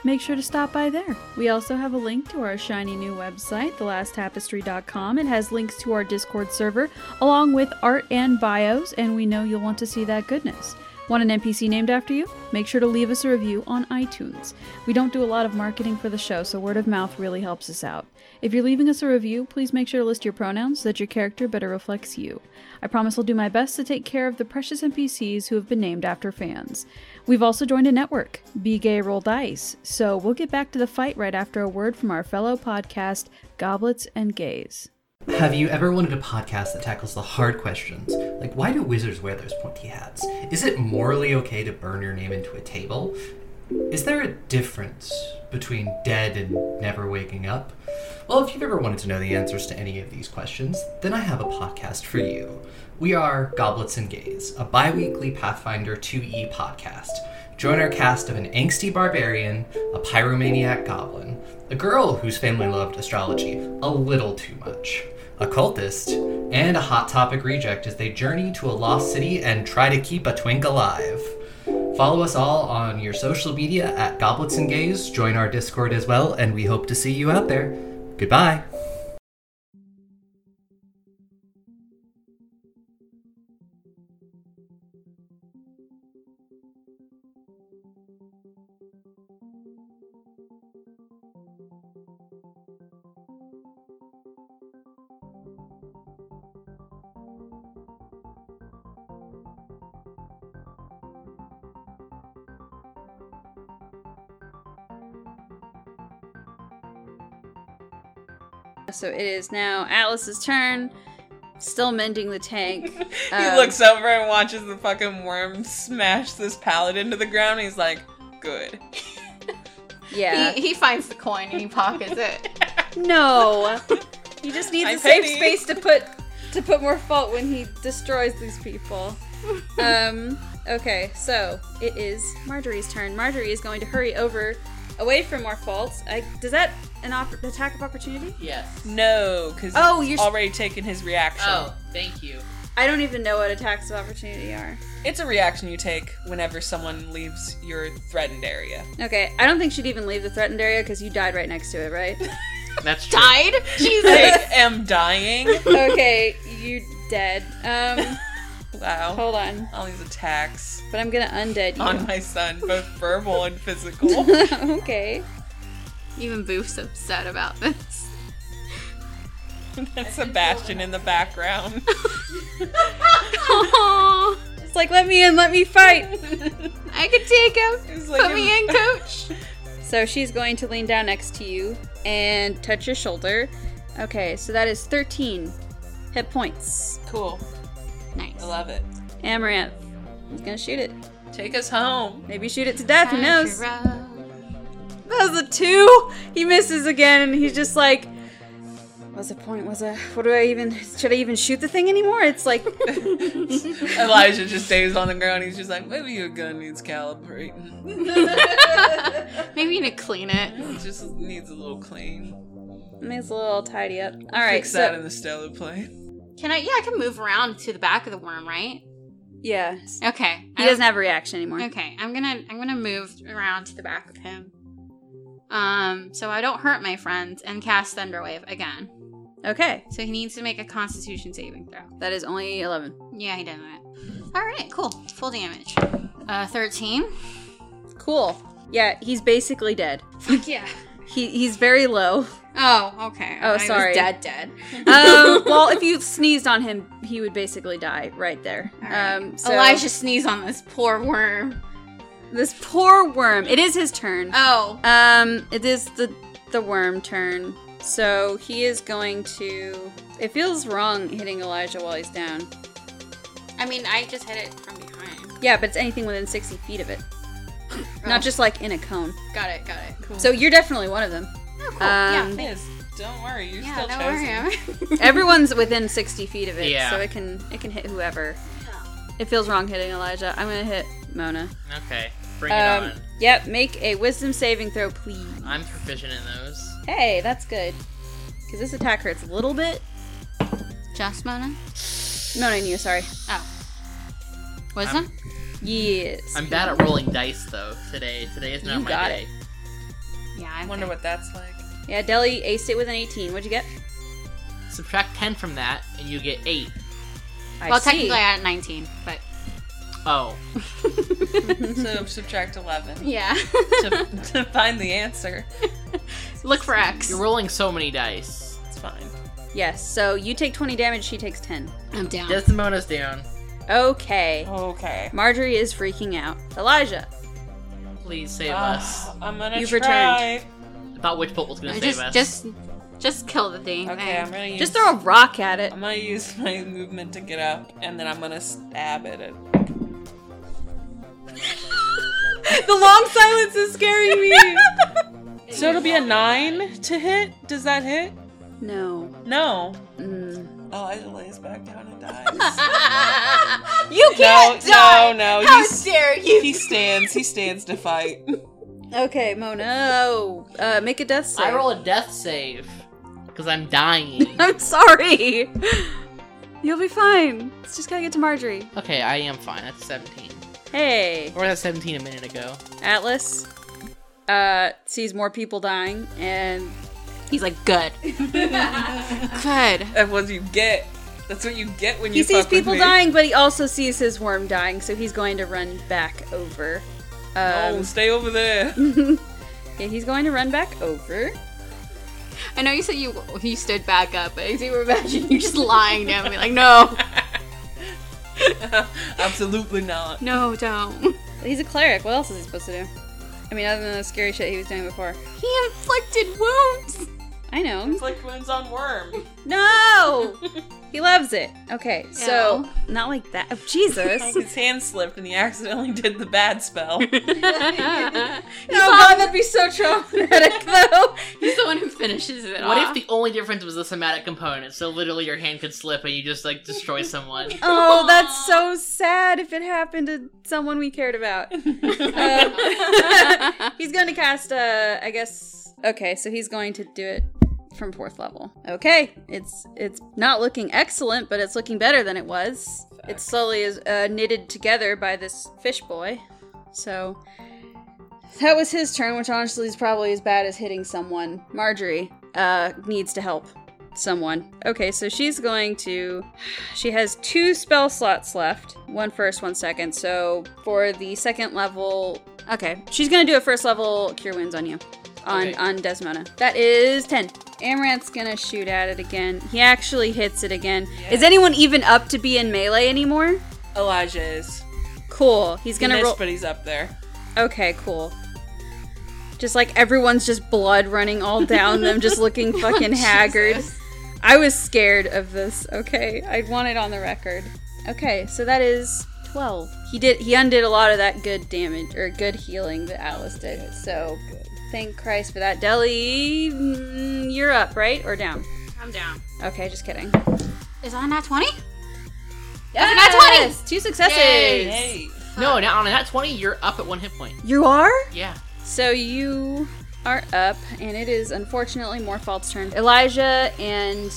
S8: make sure to stop by there. We also have a link to our shiny new website, thelasttapestry.com. It has links to our Discord server, along with art and bios, and we know you'll want to see that goodness. Want an NPC named after you? Make sure to leave us a review on iTunes. We don't do a lot of marketing for the show, so word of mouth really helps us out. If you're leaving us a review, please make sure to list your pronouns so that your character better reflects you. I promise I'll do my best to take care of the precious NPCs who have been named after fans. We've also joined a network, Be Gay Roll Dice, so we'll get back to the fight right after a word from our fellow podcast, Goblets and Gays.
S10: Have you ever wanted a podcast that tackles the hard questions, like why do wizards wear those pointy hats? Is it morally okay to burn your name into a table? Is there a difference between dead and never waking up? Well, if you've ever wanted to know the answers to any of these questions, then I have a podcast for you. We are Goblets and Gays, a bi weekly Pathfinder 2E podcast. Join our cast of an angsty barbarian, a pyromaniac goblin, a girl whose family loved astrology a little too much, a cultist, and a hot topic reject as they journey to a lost city and try to keep a twink alive. Follow us all on your social media at Goblets and Gays. Join our Discord as well, and we hope to see you out there. Goodbye.
S4: So it is now Atlas's turn. Still mending the tank.
S3: he
S4: Um,
S3: looks over and watches the fucking worm smash this pallet into the ground. He's like, good.
S4: Yeah.
S2: He, he finds the coin and he pockets it.
S4: no. He just needs
S3: I
S4: a safe
S3: pity.
S4: space to put to put more fault when he destroys these people. Um Okay, so it is Marjorie's turn. Marjorie is going to hurry over, away from Morfaults. I Does that an op- attack of opportunity?
S5: Yes.
S3: No, because
S4: Oh,
S3: oh,
S4: you're
S3: you're
S4: s-
S3: already taken his reaction.
S5: Oh, thank you.
S4: I don't even know what attacks of opportunity are.
S3: It's a reaction you take whenever someone leaves your threatened area.
S4: Okay, I don't think she'd even leave the threatened area because you died right next to it, right?
S5: That's true.
S2: Died? Jesus.
S3: I am dying.
S4: okay, you dead. Um,
S3: Wow.
S4: hold on,
S3: All these attacks
S4: but I'm gonna undead you.
S3: on my son, both verbal and physical.
S4: okay.
S2: Even Boof's upset about this.
S3: That's Sebastian in the background.
S2: Aw,
S4: It's like let me in, let me fight.
S2: I could take him.
S3: It's like
S2: Put
S3: a-
S2: me in, coach.
S4: So she's going to lean down next to you and touch your shoulder. Okay, so that is 13 hit points.
S3: Cool.
S2: Nice.
S3: I love it.
S4: Amaranth, he's gonna shoot it.
S3: Take us home.
S4: Maybe shoot it to death. Who knows? That
S2: Conjuro.
S4: was a two. He misses again, and he's just like, "What's the point? Was a what do I even? Should I even shoot the thing anymore?" It's like,
S3: Elijah just stays on the ground. He's just like, maybe your gun needs calibrating.
S2: Maybe you need to clean it.
S3: It just needs a little clean.
S4: it's a little tidy up. All right,
S3: Fix
S4: so
S3: that in the stellar plane.
S2: Can I? Yeah, I can move around to the back of the worm, right?
S4: yeah,
S2: Okay.
S4: he doesn't have a reaction anymore.
S2: Okay, I'm gonna I'm gonna move around to the back of him. Um, so I don't hurt my friends and cast Thunderwave again.
S4: Okay,
S2: So he needs to make a Constitution saving throw.
S4: that is only 11.
S2: Yeah, he did that. All right, cool. Full damage. Uh, thirteen.
S4: Cool. Yeah, he's basically dead.
S2: Fuck yeah.
S4: He, he's very low.
S2: Oh, okay.
S4: Oh,
S2: I thought he was
S4: sorry.
S2: dead, dead.
S4: Um, well, if you sneezed on him, he would basically die right there.
S2: All right.
S4: Um, so
S2: Elijah sneezed on this poor worm.
S4: this poor worm. It is his turn.
S2: Oh,
S4: Um, it is the the worm turn. So he is going to. It feels wrong hitting Elijah while he's down.
S2: I mean, I just hit it from behind.
S4: Yeah, but it's anything within sixty feet of it,
S2: Oh.
S4: not just like in a cone.
S2: Got it. Got it. Cool.
S4: So you're definitely one of them.
S2: oh, cool. yeah.
S4: um,
S2: thank-
S3: Yes. Don't worry. You're
S2: Yeah.
S3: still
S2: Don't
S3: chosen.
S2: worry.
S4: Everyone's within sixty feet of it,
S5: Yeah.
S4: so it can it can hit whoever. It feels wrong hitting Elijah. I'm gonna hit Mona.
S5: Okay, bring
S4: Um,
S5: it on.
S4: yep, make a wisdom saving throw, please.
S5: I'm proficient in those.
S4: Hey, that's good. Because this attack hurts a little bit.
S2: Just Mona.
S4: No, no, you, sorry.
S2: Oh. Wisdom.
S4: Yes.
S5: I'm bad at rolling dice though. Today, today is not
S4: You
S5: my
S4: got
S5: day.
S2: Yeah.
S3: I
S2: I'm
S3: wonder
S2: good.
S3: what that's like.
S4: yeah, Deli aced it with an 18. What'd you get?
S5: Subtract ten from that, and you get eight.
S4: I
S2: Well,
S4: see.
S2: technically, I had 19, but
S5: Oh,
S3: so subtract 11
S2: yeah.
S3: to, to find the answer.
S2: Look for X.
S5: you're rolling so many dice.
S3: It's fine.
S4: Yes, so you take 20 damage, she takes 10.
S2: I'm down.
S5: Desdemona's down.
S4: Okay.
S3: Okay.
S4: Marjorie is freaking out. Elijah.
S5: Please save us.
S3: Ah, I'm gonna
S4: You've
S3: try.
S5: I thought Witch Bolt was gonna
S2: No,
S5: save
S2: just,
S5: us.
S2: just, just kill the thing.
S3: Okay, I'm gonna use.
S4: Just throw a rock at it.
S3: I'm gonna use my movement to get up, and then I'm gonna stab it. At-
S4: the long silence is scaring me.
S3: so it'll be a nine to hit. Does that hit?
S4: no.
S3: No.
S4: Mm.
S3: Elijah lays back down and dies.
S2: you
S3: no,
S2: can't die.
S3: no, no.
S2: How
S3: He, s-
S2: dare you?
S3: he stands. He stands to fight.
S4: Okay, Mona. Uh, make a death save.
S5: I roll a death save because I'm dying.
S4: I'm sorry. You'll be fine. It's just gotta get to Marjorie.
S5: okay, I am fine. That's 17.
S4: Hey,
S5: Or that's 17 a minute ago.
S4: Atlas uh, sees more people dying, and
S2: He's like, good. good.
S3: That's what you get. That's what you get when
S4: he
S3: you.
S4: sees
S3: fuck with
S4: people
S3: me.
S4: dying, but he also sees his worm dying, so he's going to run back over. Um, Mm.
S3: Oh, stay over there.
S4: yeah, he's going to run back over.
S2: I know you said you you stood back up, but I do imagine you just lying down and be like, no,
S3: Absolutely not.
S2: no, don't.
S4: He's a cleric. What else is he supposed to do? I mean, other than the scary shit he was doing before.
S2: He inflicted wounds.
S4: I know.
S3: It's like wounds on worm.
S4: No! he loves it. Okay, so. Not like that. Oh, Jesus.
S3: His hand slipped and he accidentally did the bad spell.
S2: He's
S4: Oh god, that'd be so traumatic though.
S2: the one who finishes it
S5: What
S2: off.
S4: ah.
S5: if the only difference was the somatic component? So literally your hand could slip and you just like destroy someone.
S4: Oh, that's so sad if it happened to someone we cared about. Uh, he's going to cast, uh, I guess. Okay, so he's going to do it from fourth level. Okay, it's it's not looking excellent, but it's looking better than it was. It slowly is uh, knitted together by this fish boy. So that was his turn, which honestly is probably as bad as hitting someone. Marjorie uh, needs to help someone. Okay, so she's going to. She has two spell slots left one first, one second. So for the second level. Okay, she's going to do a first level Cure Wounds on you. On,
S5: Okay.
S4: on Desmona. That is 10. Amaranth's gonna shoot at it again. He actually hits it again. Is anyone even up to be in melee anymore?
S3: Elijah is.
S4: Cool. He's
S3: He
S4: gonna
S3: missed,
S4: roll.
S3: but he's up there.
S4: Okay, cool. Just like everyone's just blood running all down them, just looking fucking
S3: Oh,
S4: haggard. I was scared of this. Okay, I want it on the record. Okay, so that is twelve. He did. He undid a lot of that good damage or good healing that Alice did. So thank Christ for that. Deli, mm, you're up, right or down?
S2: I'm down.
S4: Okay, just kidding.
S2: Is that a nat 20?
S4: Yes, two successes.
S2: Yay.
S3: Hey.
S5: No, now on a nat 20, you're up at one hit point.
S4: You are.
S5: Yeah.
S4: So you are up, and it is unfortunately Morfald's turn. Elijah and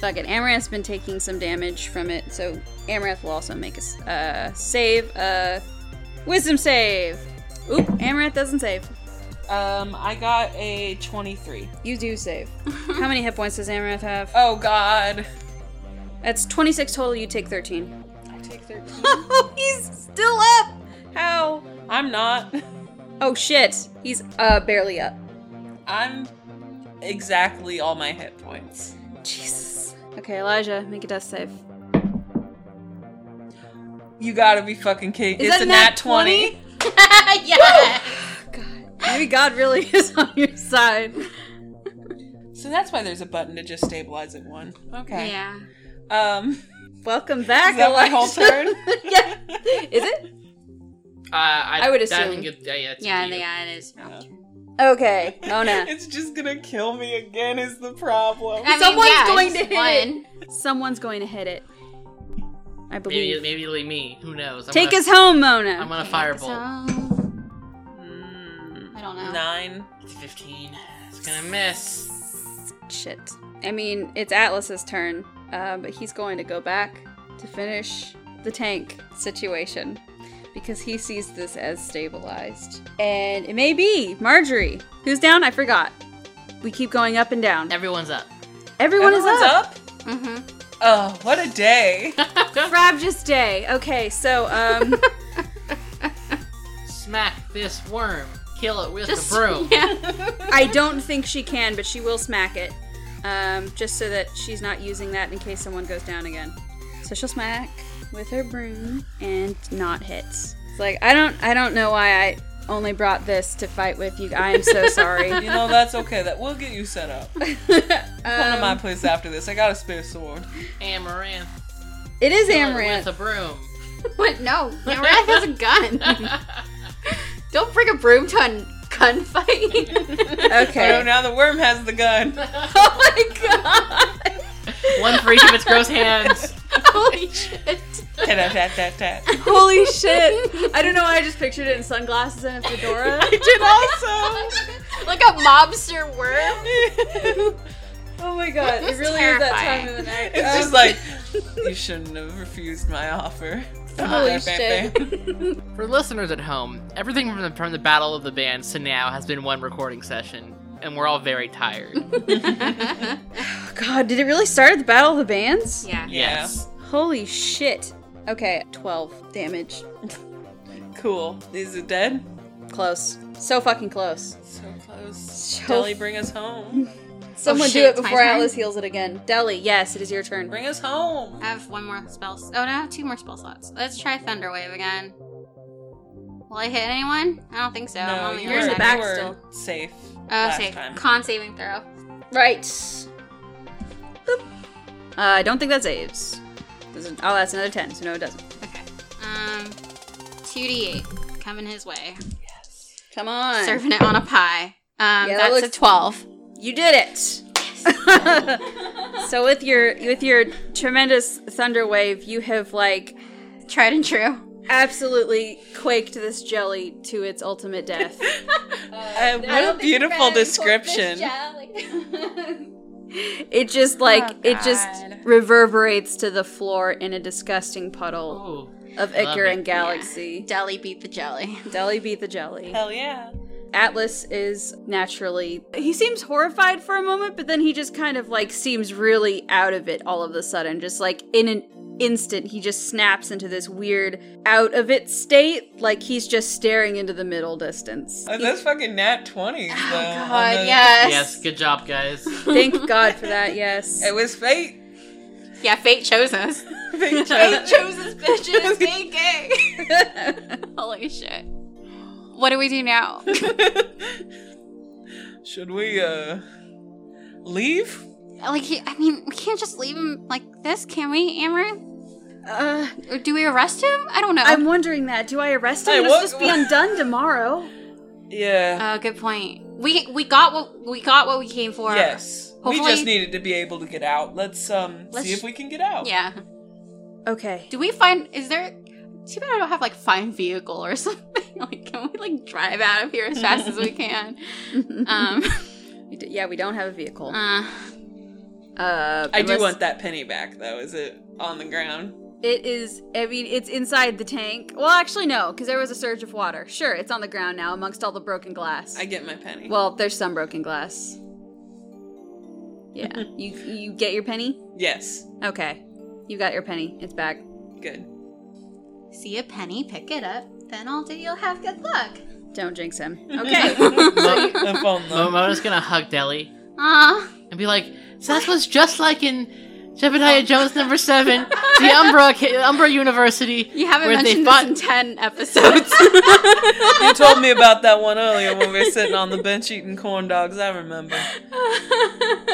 S4: fuck it, Amaranth's been taking some damage from it, so Amaranth will also make a s- uh, save, uh, wisdom save. Oop, Amaranth doesn't save.
S3: Um, I got a 23.
S4: You do save. How many hit points does Amaranth have?
S3: Oh God.
S4: That's 26 total. You take 13.
S3: I take 13.
S4: Oh, he's still up. How?
S3: I'm not.
S4: Oh shit, he's uh barely up.
S3: I'm exactly all my hit points.
S4: Jesus. Okay, Elijah, make a death save.
S3: You gotta be fucking kidding.
S4: Is
S3: it's
S4: that
S3: a
S4: nat
S3: nat 20?
S2: yeah.
S4: Maybe God really is on your side.
S3: So that's why there's a button to just stabilize it one. Okay.
S2: Yeah.
S3: Um, is
S4: Welcome back,
S3: that my whole
S4: Elijah.
S3: turn?
S4: yeah. Is it?
S5: Uh, I,
S4: I would
S5: I
S4: assume.
S5: think it, yeah, yeah, it's
S2: Yeah,
S5: you.
S2: yeah, it is.
S4: Okay. Oh, Mona.
S3: It's just gonna kill me again is the problem.
S2: I mean,
S4: Someone's
S2: yeah,
S4: going
S2: just
S4: to hit
S2: one.
S4: Someone's going to hit it. I
S5: Maybe,
S4: believe.
S5: maybe it'll be me. Who knows? I'm
S4: Take
S5: gonna,
S4: us home, Mona.
S5: I'm on a fireball.
S2: So,
S3: Mm,
S2: I don't
S4: Oh.
S2: know.
S3: Nine.
S5: It's 15. It's gonna miss.
S4: Shit. I mean, it's Atlas's turn, uh, but he's going to go back to finish the tank situation because he sees this as stabilized. And it may be Marjorie. Who's down? I forgot. We keep going up and down.
S5: Everyone's up.
S4: Everyone
S3: Everyone's
S4: is up.
S2: Mm-hmm.
S3: Oh, what a day.
S4: Frabjous day. Okay, so um,
S5: Smack this worm. Kill it with
S2: Just
S5: the broom.
S2: yeah.
S4: I don't think she can, but she will smack it, um, just so that she's not using that in case someone goes down again. So she'll smack with her broom and not hits. It's like I don't, I don't know why I only brought this to fight with you. I am so sorry.
S3: You know, that's okay. That We'll get you set up. Come to
S4: Um.
S3: my place after this. I got a spare sword.
S5: Amaranth.
S4: it is
S5: Kill it
S4: Amaranth.
S5: With a broom.
S2: What? No. Amaranth has a gun. Don't bring a broom to a gunfight.
S3: Oh,
S4: Okay.
S3: now the worm has the gun.
S4: Oh my god.
S5: One for each of its gross hands.
S2: Holy shit.
S3: Tat, tat, tat, tat.
S4: Holy shit. I don't know why I just pictured it in sunglasses and a fedora.
S3: I
S2: like a mobster worm.
S3: did also.
S4: Oh my god.
S2: That's
S4: It really is that
S2: terrifying.
S4: time of the night.
S3: It's
S4: Um,
S3: just like you shouldn't have refused my offer.
S4: Holy shit.
S5: For listeners at home, everything from the, from the Battle of the Bands to now has been one recording session, and we're all very tired.
S4: Um, God, did it really start at the Battle of the Bands?
S2: Yeah.
S5: yes.
S4: Holy shit. Okay, 12 damage.
S3: Cool. These are dead.
S4: Close. So fucking close.
S3: So close.
S4: So-
S3: Deli, bring us home.
S4: Someone
S2: Oh, shit,
S4: do it
S2: it's my
S4: before
S2: turn?
S4: Atlas heals it again. Deli, yes, it is your turn.
S3: Bring us home.
S2: I have one more spell. s- Oh no, I have two more spell slots. Let's try Thunder Wave again. Will I hit anyone? I don't think so. I'm
S3: no,
S2: only
S3: you
S2: on
S3: were,
S4: in the
S2: second.
S3: you
S4: back
S3: were
S4: still.
S3: safe.
S2: Oh,
S3: last
S2: save.
S3: Time.
S2: Con saving throw.
S4: Right. Boop. Uh, I don't think that saves. Doesn't- Oh, that's another 10, so no, it doesn't.
S2: Okay. Um, 2d8 coming his way.
S4: Come on.
S2: Serving it on a pie.
S4: Yeah,
S2: Um,
S4: that
S2: that's
S4: looks-
S2: a 12.
S4: You did it. so with your with your tremendous thunder wave, you have like
S2: tried and true.
S4: Absolutely quaked this jelly to its ultimate death.
S3: Uh, what a beautiful description.
S4: it just like it just reverberates to the floor in a disgusting puddle of
S2: Oh, love
S4: Icar
S2: it.
S4: and Galaxy.
S2: Deli beat the jelly.
S4: Deli beat the jelly.
S2: Hell yeah.
S4: Atlas is naturally he seems horrified for a moment, but then he just kind of like seems really out of it all of a sudden. Just like in an instant, he just snaps into this weird out of it state, like he's just staring into the middle distance.
S3: Oh, that's fucking nat 20s, though. Oh,
S4: God, yes.
S5: Yes, good job, guys.
S4: Thank God for that, yes.
S3: It was fate.
S2: Yeah, fate chose us.
S3: fate
S2: chose, chose us, bitches. Being gay. Holy shit. What do we do now?
S3: Should we, uh, leave?
S2: like, he, I mean, we can't just leave him like this, can we, Amaranth?
S4: Uh,
S2: or do we arrest him? I don't know.
S4: I'm wondering that. Do I arrest him?
S2: Hey,
S4: It'll
S2: what-
S4: just be undone tomorrow.
S3: Yeah.
S2: Uh, good point. We we got what we got what we came for.
S3: yes. we
S2: Hopefully-
S3: just needed to be able to get out. Let's, um,
S2: Let's-
S3: see if we can get out.
S2: Yeah.
S4: Okay.
S2: Do we find? Is there? Too bad I don't have like find vehicle or something. Like, can we like drive out of here as fast as we can? Um.
S4: We d- yeah, we don't have a vehicle.
S2: Uh,
S4: Uh,
S3: I do
S4: unless-
S3: want that penny back, though. Is it on the ground?
S4: It is. I mean, it's inside the tank. Well, actually, no, because there was a surge of water. Sure, it's on the ground now, amongst all the broken glass.
S3: I get my penny.
S4: Well, there's some broken glass. Yeah, you you get your penny.
S3: Yes.
S4: Okay, you got your penny. It's back.
S3: Good.
S2: see a penny, pick it up, then I'll do. You'll have good luck.
S4: Don't jinx him. Oh, Okay.
S5: Momona's gonna hug Deli
S2: Ah.
S5: and be like, "So that was just like in Jebediah Jones number seven, the Umbra ki- Umbra University."
S2: You haven't
S5: where
S2: mentioned
S5: they fought-
S2: this in ten episodes.
S3: you told me about that one earlier when we were sitting on the bench eating corn dogs. I remember.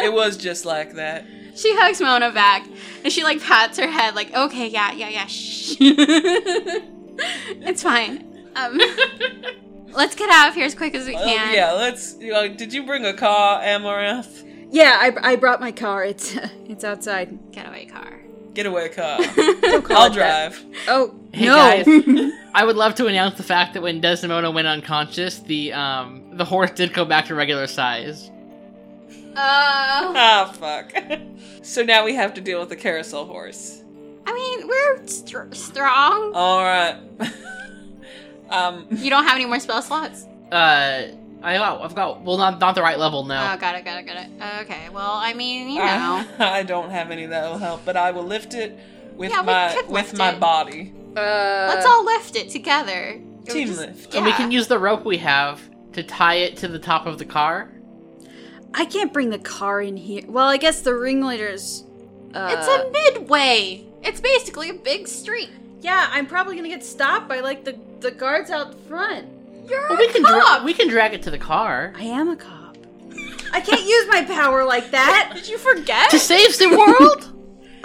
S3: It was just like that.
S2: she hugs Mona back, and she like pats her head, like, "Okay, yeah, yeah, yeah, shh, it's fine. Um, let's get out of here as quick as we
S3: Oh,
S2: can."
S3: yeah, let's. You know, did you bring a car, Amaranth?
S4: Yeah, I, I brought my car. It's it's outside.
S2: Getaway car.
S3: Getaway car. I'll drive.
S4: Oh
S5: Hey
S4: no.
S5: guys, I would love to announce the fact that when Desdemona went unconscious, the um the horse did go back to regular size.
S2: Uh,
S3: Ah, fuck. so now we have to deal with the carousel horse.
S2: I mean, we're str- strong.
S3: All right. um.
S2: You don't have any more spell slots?
S5: Uh, I got, I've got well not not the right level now.
S2: Oh, got it, got it, got it. Okay, well, I mean, you
S5: Uh,
S2: know.
S3: I, I don't have any that'll help, but I will lift it with
S2: Yeah, we
S3: my
S2: could
S3: with
S2: lift
S3: my
S2: it.
S3: body.
S4: Uh,
S2: Let's all lift it together. It
S3: Team
S2: would just-
S3: lift.
S5: uh, And we can use the rope we have to tie it to the top of the car.
S4: I can't bring the car in here. Well, I guess the ringleaders. Uh,
S2: It's a midway. It's basically a big street.
S4: yeah. I'm probably gonna get stopped by like the the guards out front.
S2: You're
S5: Well,
S2: a
S5: we can
S2: cop.
S5: dra- we can drag it to the car
S4: I am a cop. I can't use my power like that.
S2: Did you forget?
S5: to save the world.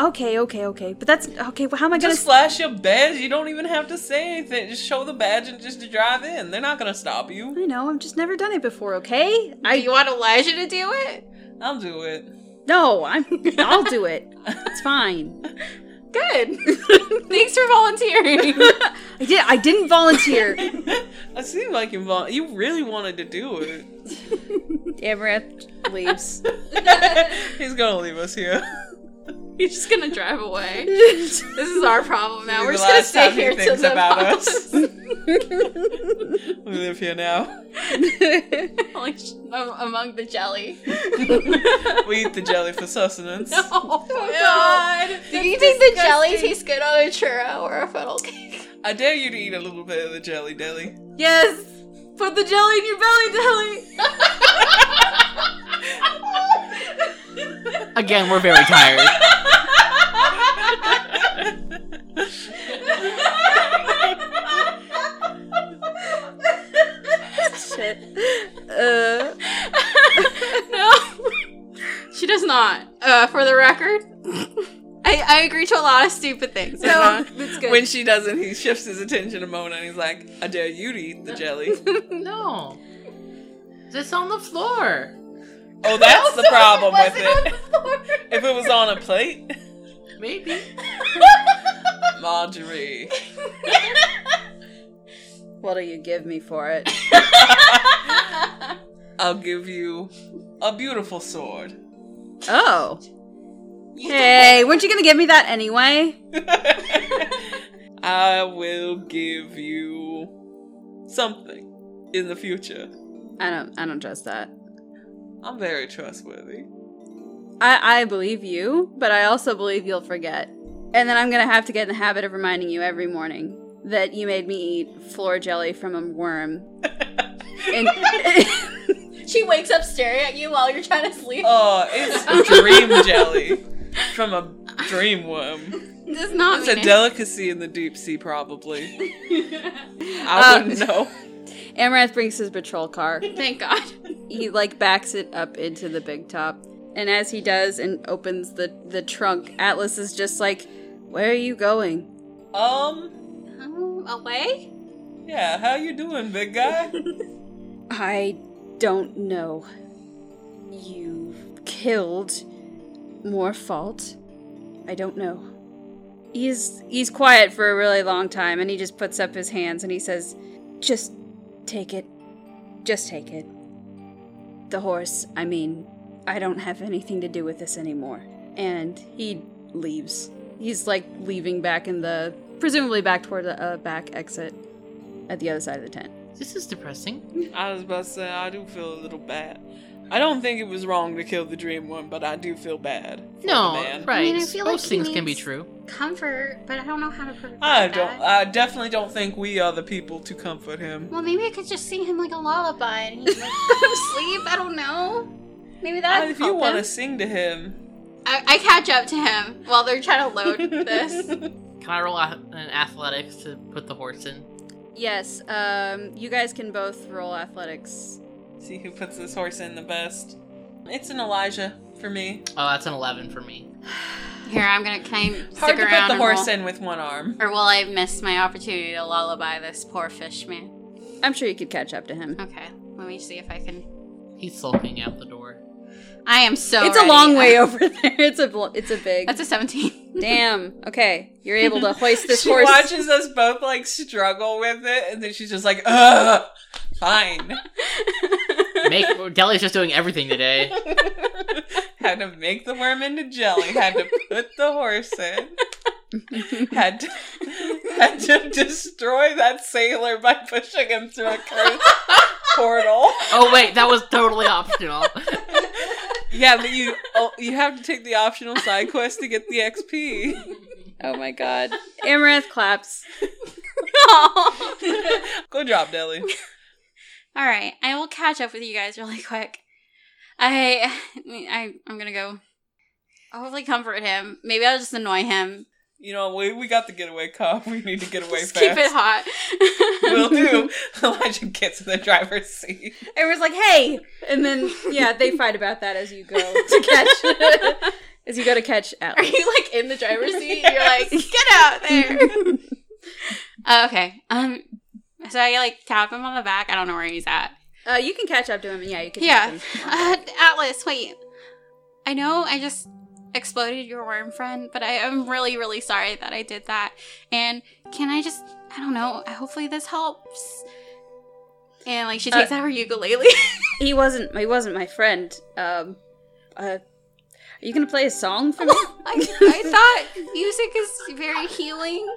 S4: Okay, okay, okay. But that's okay. Well, how am I gonna?
S3: Just flash your badge. You don't even have to say anything. Just show the badge and just drive in. They're not gonna stop you.
S4: I know. I've just never done it before. Okay.
S2: Do
S4: I
S2: you want Elijah to do it?
S3: I'll do it.
S4: no. I'm. I'll do it. It's fine.
S2: Good. Thanks for volunteering.
S4: I did. I didn't volunteer.
S3: It seemed like you vol- you really wanted to do it.
S4: Amaranth leaves.
S3: He's gonna leave us here.
S2: He's just gonna drive away.
S4: This
S2: This is our problem now.
S3: This
S2: We're
S3: is
S2: just
S3: the
S2: gonna
S3: last
S2: stay
S3: time he
S2: here till
S3: thinks
S2: the
S3: about
S2: apocalypse.
S3: us. we live here now.
S2: like sh- am- among the jelly.
S3: We eat the jelly for sustenance.
S2: Oh, God! Do you think the jelly tastes good on a churro or a funnel cake?
S3: I dare you to eat a little bit of the jelly, Deli.
S4: Yes. Put the jelly in your belly, Deli.
S5: Again, we're very tired.
S4: Shit. Uh.
S2: no, she does not. Uh, for the record, I, I agree to a lot of stupid things.
S4: No. That's good.
S3: When she doesn't, he shifts his attention to Mona and he's like, I dare you to eat the jelly.
S5: no, it's on the floor.
S3: Oh, that's the problem
S7: was
S3: with
S7: it
S3: it. If it was on a plate,
S5: Maybe.
S3: Marjorie.
S4: What'll you give me for it?
S3: I'll give you a beautiful sword.
S4: Oh. Hey, weren't you gonna give me that anyway?
S3: I will give you something in the future.
S4: I don't I don't trust that.
S3: I'm very trustworthy.
S4: I, I believe you, but I also believe you'll forget. And then I'm gonna have to get in the habit of reminding you every morning that you made me eat floor jelly from a worm. and
S7: She wakes up staring at you while you're trying to sleep.
S3: Oh, it's dream jelly from a dream worm.
S2: Does not
S3: It's
S2: mean
S3: a
S2: it.
S3: delicacy in the deep sea, probably. I
S4: Um,
S3: wouldn't
S5: Uh,
S3: know.
S4: Amaranth brings his patrol car.
S2: Thank God.
S4: He like backs it up into the big top. And as he does and opens the, the trunk, Atlas is just like, Where are you going?
S3: Um,
S2: Um, away?
S3: yeah, how you doing, big guy?
S4: I don't know. You killed more fault. I don't know. He's he's quiet for a really long time and he just puts up his hands and he says, "Just take it. Just take it." The horse, I mean, I don't have anything to do with this anymore. And he leaves. He's like leaving back in the presumably back toward the uh, back exit at the other side of the tent.
S5: This is depressing.
S3: I was about to say, I do feel a little bad. I don't think it was wrong to kill the dream worm, but I do feel bad. for the
S5: No,
S3: man.
S5: right.
S2: I mean, I
S5: Most
S2: feel like he
S5: things can be
S2: needs-
S5: true.
S2: Comfort, but I don't know how to provide
S3: I
S2: that.
S3: don't. I definitely don't think we are the people to comfort him.
S2: Well, maybe I could just sing him like a lullaby and he would go to sleep. I don't know. Maybe that.
S3: And if you want to sing to him,
S2: I, I catch up to him while they're trying to load this.
S5: Can I roll a- an athletics to put the horse in?
S4: Yes, um, you guys can both roll athletics.
S3: see who puts this horse in the best. It's an Elijah for me.
S5: Oh, that's an 11 for me.
S2: Here, I'm gonna. Can I stick
S3: Hard to
S2: around
S3: put the
S2: and
S3: horse
S2: roll?
S3: in with one arm.
S2: Or will I miss my opportunity to lullaby this poor fish man?
S4: I'm sure you could catch up to him.
S2: Okay, let me see if I can.
S5: He's sulking out the door.
S2: I am so.
S4: it's a
S2: ready.
S4: long way
S2: I-
S4: over there. It's a bl- it's a big.
S2: That's a 17.
S4: Damn. Okay, you're able to hoist this
S3: she
S4: horse.
S3: watches us both like struggle with it, and then she's just like, "Ugh, fine."
S5: Make Deli's just doing everything today.
S3: had to make the worm into jelly. Had to put the horse in. had to had to destroy that sailor by pushing him through a curse portal.
S5: Oh wait, that was totally optional.
S3: Yeah, but you oh, you have to take the optional side quest to get the XP.
S4: oh my god. Amaranth claps.
S3: Good job, Deli.
S2: All right, I will catch up with you guys really quick. I, I, I'm gonna go. I'll hopefully comfort him. Maybe I'll just annoy him.
S3: You know we we got the getaway car. We need to get away
S2: Just
S3: fast.
S2: keep it hot.
S3: Will do. Elijah gets in the driver's seat.
S4: Everyone's like, "Hey!" And then yeah, they fight about that as you go to catch as you go to catch
S7: Are
S4: Atlas.
S7: you like in the driver's seat? You're like, get out there.
S2: Uh, okay. Um. So I like tap him on the back. I don't know where he's at.
S4: Uh, you can catch up to him. Yeah, you can. catch
S2: Yeah.
S4: him.
S2: Uh, Atlas, wait. I know I just exploded your worm friend, but I am really, really sorry that I did that. And can I just, I don't know, hopefully this helps. And like she takes out her ukulele.
S4: He wasn't. He wasn't my friend. Um, uh, are you gonna play a song for me?
S2: I, I thought music is very healing.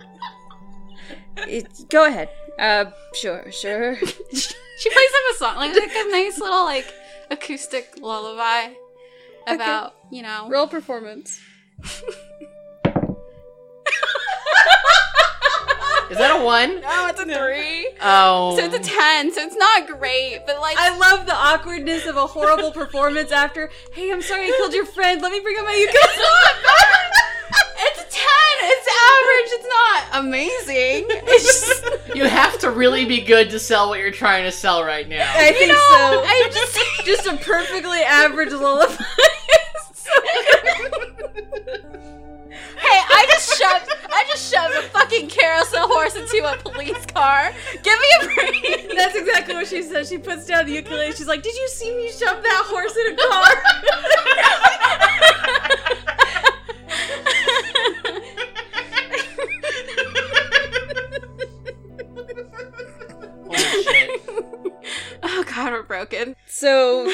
S4: It, go ahead. Uh, sure, sure.
S2: She plays him a song, like, like a nice little like acoustic lullaby about, you know.
S4: Roll performance.
S5: Is that a one?
S2: No, it's a three.
S5: Oh.
S2: So it's a ten, so it's not great, but like
S4: I love the awkwardness of a horrible performance after, hey, I'm sorry I killed your friend. Let me bring up my ukulele.
S2: It's a 10. It's average. It's not amazing. It's just,
S5: you have to really be good to sell what you're trying to sell right now.
S4: I think so.
S2: I just.
S4: Just a perfectly average lullaby.
S7: Hey, I just shoved, I just shoved a fucking carousel horse into a police car. Give me a break.
S4: That's exactly what she said. She puts down the ukulele. She's like, "Did you see me shove that horse in a car?"
S2: Oh,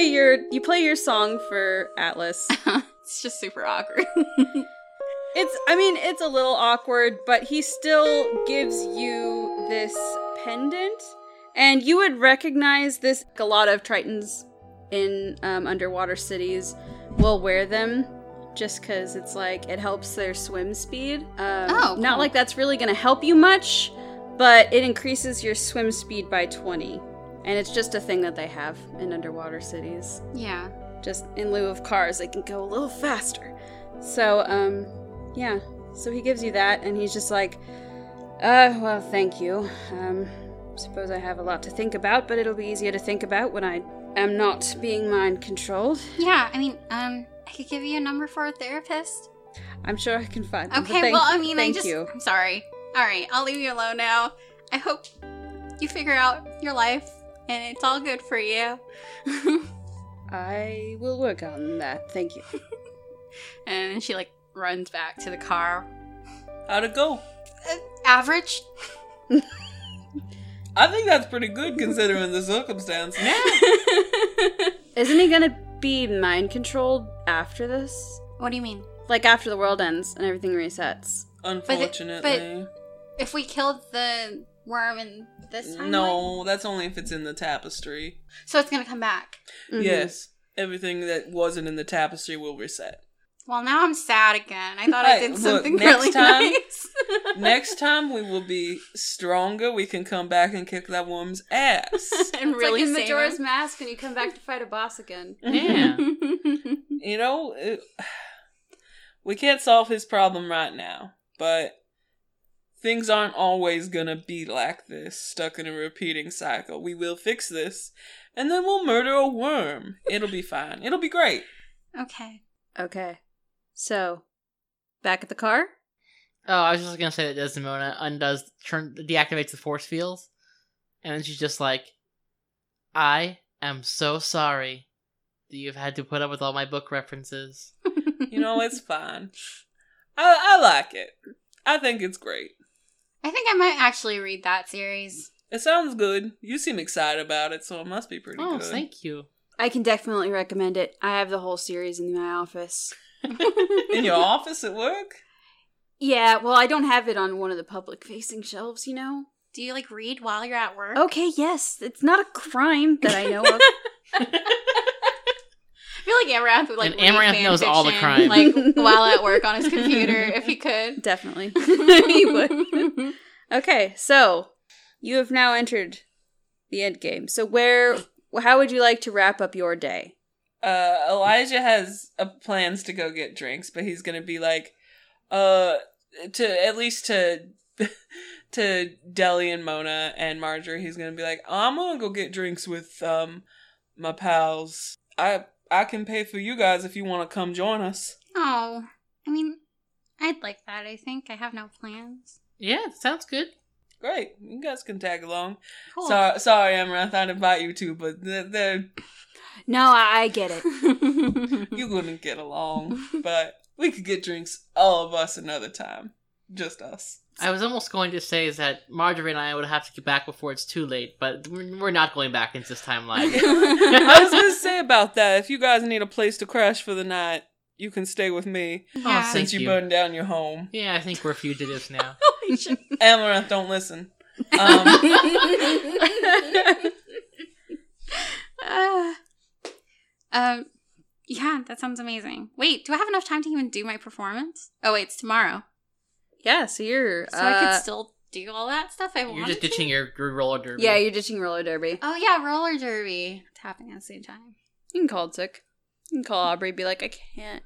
S4: your you play your song for Atlas.
S2: it's just super awkward.
S4: it's I mean, it's a little awkward, but he still gives you this pendant. And you would recognize this a lot of Tritons in um, underwater cities will wear them just because it's like it helps their swim speed. Um,
S2: Oh,
S4: Not
S2: cool.
S4: like that's really going to help you much, but it increases your swim speed by 20. And it's just a thing that they have in underwater cities.
S2: yeah.
S4: Just in lieu of cars, they can go a little faster. So, um, yeah. So he gives you that, and he's just like, uh, well, thank you. Um, suppose I have a lot to think about, but it'll be easier to think about when I am not being mind controlled.
S2: Yeah, I mean, um, I could give you a number for a therapist.
S4: I'm sure I can find them, but
S2: Okay,
S4: thank-
S2: well, I mean,
S4: thank
S2: I just.
S4: you.
S2: I'm sorry. All right, I'll leave you alone now. I hope you figure out your life and it's all good for you.
S4: I will work on that. Thank you.
S2: and she, like, runs back to the car.
S3: How'd it go?
S2: Average?
S3: I think that's pretty good considering the circumstance. Yeah.
S4: Isn't he gonna be mind controlled after this?
S2: What do you mean?
S4: Like after the world ends and everything resets?
S3: Unfortunately.
S2: If we killed the worm in this time?
S3: no, that's only if it's in the tapestry.
S2: So it's gonna come back.
S3: Yes. Everything that wasn't in the tapestry will reset.
S2: Well, now I'm sad again. I thought I
S3: Hey,
S2: did
S3: look,
S2: something
S3: next
S2: really
S3: time-
S2: nice.
S3: Next time we will be stronger. We can come back and kick that woman's ass.
S2: and
S4: It's
S2: really
S4: like in
S2: save
S4: Majora's
S2: him.
S4: Mask when you come back to fight a boss again.
S5: Yeah.
S3: you know, it, we can't solve his problem right now, but things aren't always gonna be like this, stuck in a repeating cycle. We will fix this, and then we'll murder a worm. It'll be fine. It'll be great.
S2: Okay.
S4: Okay. So, back at the car?
S5: Oh, I was just gonna say that Desdemona undoes, turn, deactivates the force fields, and then she's just like, "I am so sorry that you've had to put up with all my book references."
S3: You know, it's fine. I, I like it. I think it's great.
S2: I think I might actually read that series.
S3: It sounds good. You seem excited about it, so it must be pretty
S5: oh,
S3: good.
S5: thank you.
S4: I can definitely recommend it. I have the whole series in my office.
S3: In your office at work?
S4: Yeah, well, I don't have it on one of the public facing shelves, you know?
S2: Do you like read while you're at work?
S4: Okay, yes, it's not a crime that I know of.
S2: I feel like Amaranth would like
S5: And
S2: read
S5: Amaranth
S2: fan
S5: knows all the
S2: fiction,
S5: crime.
S2: like while at work on his computer if he could.
S4: Definitely. He would. Okay, so you have now entered the end game. So where how would you like to wrap up your day?
S3: uh Elijah has uh, plans to go get drinks, but he's gonna be like, uh, to at least to to Deli and Mona and Marjorie, he's gonna be like, I'm gonna go get drinks with um my pals. I I can pay for you guys if you want to come join us.
S2: Oh, I mean, I'd like that. I think I have no plans.
S5: Yeah, sounds good.
S3: Great, you guys can tag along.
S2: Cool.
S3: Sorry, sorry, Amaranth, I'd invite you to, but they're, they're,
S4: No, I, I get it.
S3: you wouldn't get along. But we could get drinks, all of us, another time, just us.
S5: I was almost going to say is that Marjorie and I would have to get back before it's too late, but we're we're not going back into this timeline.
S3: I was gonna say about that. If you guys need a place to crash for the night, you can stay with me
S5: Oh,
S2: yeah.
S5: thank
S3: since you,
S5: you.
S3: burned down your home.
S5: yeah, I think we're fugitives now.
S3: Amaranth, don't listen. Um,
S2: Uh, um, yeah, that sounds amazing. Wait, do I have enough time to even do my performance? Oh wait, it's tomorrow,
S4: Yeah, so you're
S2: so I could
S4: uh,
S2: still do all that stuff I
S5: You're
S2: want.
S5: just ditching your, your roller derby.
S4: Yeah, you're ditching roller derby.
S2: Oh yeah, roller derby. It's happening at the same time.
S4: You can call it sick. You can call Aubrey be like, I can't.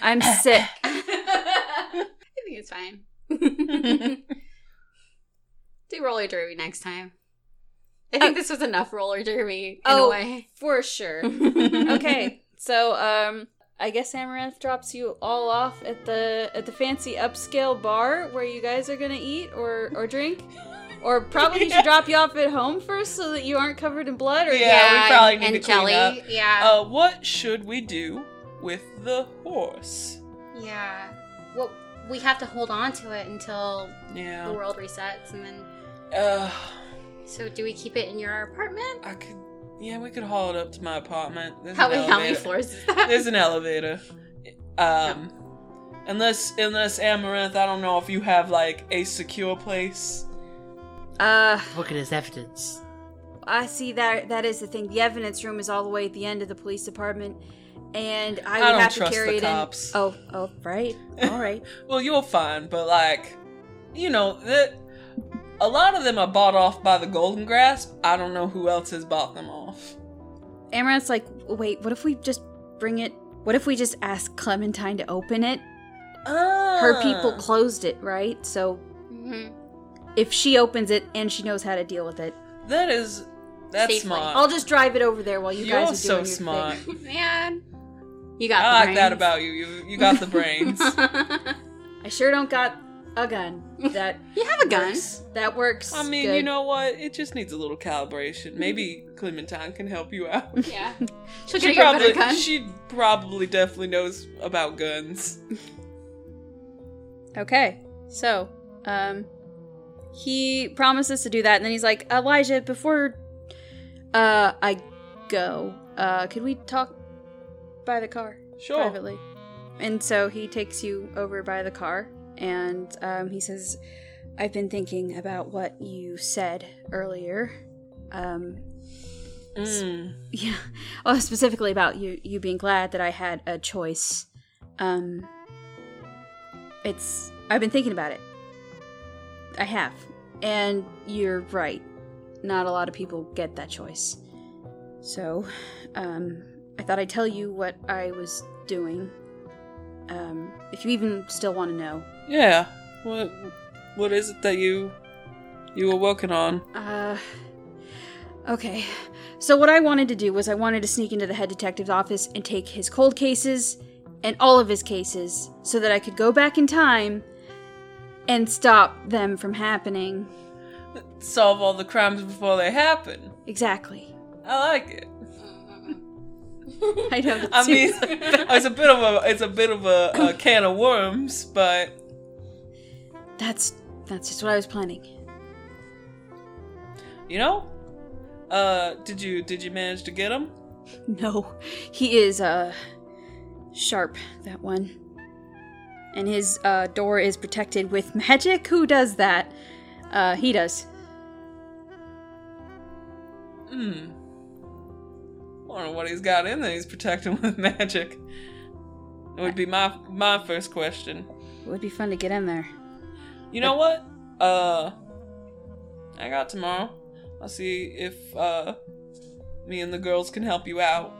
S4: I'm sick.
S2: I think it's fine. Do roller derby next time. I
S3: Uh,
S2: think this was enough roller derby in
S4: Oh.
S2: a way.
S4: For sure. okay. So um I guess Amaranth drops you all off at the at the fancy upscale bar where you guys are gonna eat or or drink. Or probably he should drop you off at home first so that you aren't covered in blood or
S3: Yeah, we probably need
S2: and
S3: to clean
S2: jelly.
S3: up.
S2: Yeah,
S3: uh, what should we do with the horse?
S2: yeah. Well, we have to hold on to it until the
S3: Yeah.
S2: world resets, and then.
S3: Uh,
S2: So, do we keep it in your apartment?
S3: I could. Yeah, we could haul it up to my apartment. There's
S7: How,
S3: an
S7: how many
S3: elevator.
S7: floors is that?
S3: There's an elevator. Um, unless unless Amaranth, I don't know if you have like a secure place.
S4: Uh,
S5: Look at his evidence.
S4: I see that that is the thing. The evidence room is all the way at the end of the police department, and I
S3: I
S4: would
S3: don't
S4: have to
S3: trust
S4: carry
S3: the
S4: it
S3: cops.
S4: in. Oh, oh, right, all right.
S3: Well, you're fine, but like, you know that a lot of them are bought off by the Golden Grasp. I don't know who else has bought them off.
S4: Amaranth's like, wait, what if we just bring it? What if we just ask Clementine to open it? Her people closed it, right? So
S2: Mhm.
S4: if she opens it and she knows how to deal with it,
S3: That is that's
S2: Safely.
S3: smart.
S4: I'll just drive it over there while you
S3: you are
S4: guys are
S3: so
S4: doing your
S3: smart.
S4: thing.
S2: Man.
S7: You got
S3: I like
S7: the
S3: that
S7: brains.
S3: about you. You you got the brains.
S4: I sure don't got a gun. That
S2: You have a gun.
S4: works. That works.
S3: I mean,
S4: good.
S3: you know what? It just needs a little calibration. Maybe Clementine can help you out.
S2: Yeah. She'll
S3: She
S2: get you a better
S3: probably,
S2: gun.
S3: she probably definitely knows about guns.
S4: Okay. So, um, he promises to do that, and then he's like, Elijah, before, uh, I go, uh, could we talk by the car
S3: Sure.
S4: privately? And so he takes you over by the car, and um, he says, "I've been thinking about what you said earlier. Um,
S3: Mm.
S4: yeah. Oh, specifically about you you being glad that I had a choice. Um it's I've been thinking about it. I have. And you're right. Not a lot of people get that choice. So, um I thought I'd tell you what I was doing. Um if you even still want to know.
S3: Yeah. What what is it that you you were working on?
S4: Uh, okay. So what I wanted to do was I wanted to sneak into the head detective's office and take his cold cases and all of his cases so that I could go back in time and stop them from happening.
S3: Solve all the crimes before they happen.
S4: Exactly.
S3: I like it.
S4: I know.
S3: I mean,
S4: that's-
S3: it's a bit of a it's a bit of a, a can of worms, but
S4: that's that's just what I was planning.
S3: you know, uh, did you did you manage to get them?
S4: No, he is uh sharp that one, and his uh, door is protected with magic. Who does that? Uh, he does.
S3: Hmm. I don't know what he's got in there. He's protecting with magic. It would be my my first question.
S4: It would be fun to get in there.
S3: You know what? Uh, I got tomorrow. I'll see if uh, me and the girls can help you out.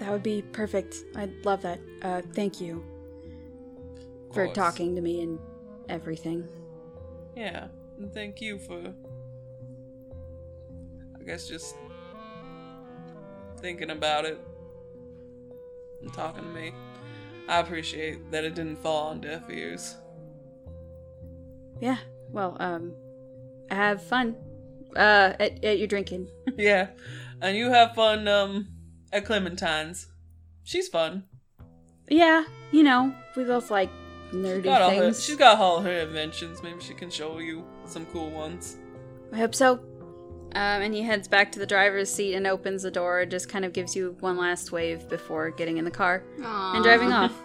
S4: That would be perfect. I'd love that. Uh, thank you
S3: Of
S4: for
S3: course.
S4: talking to me and everything.
S3: Yeah, and thank you for. I guess just thinking about it and talking to me. I appreciate that it didn't fall on deaf ears.
S4: Yeah. Well, um, have fun. Uh, at, at your drinking.
S3: yeah, and you have fun um at Clementine's. She's fun.
S4: Yeah. You know, we both like
S3: She's
S4: nerdy
S3: got all her,
S4: things.
S3: she's got all her inventions. Maybe she can show you some cool ones.
S4: I hope so. Um, and he heads back to the driver's seat and opens the door. and Just kind of gives you one last wave before getting in the car and driving off.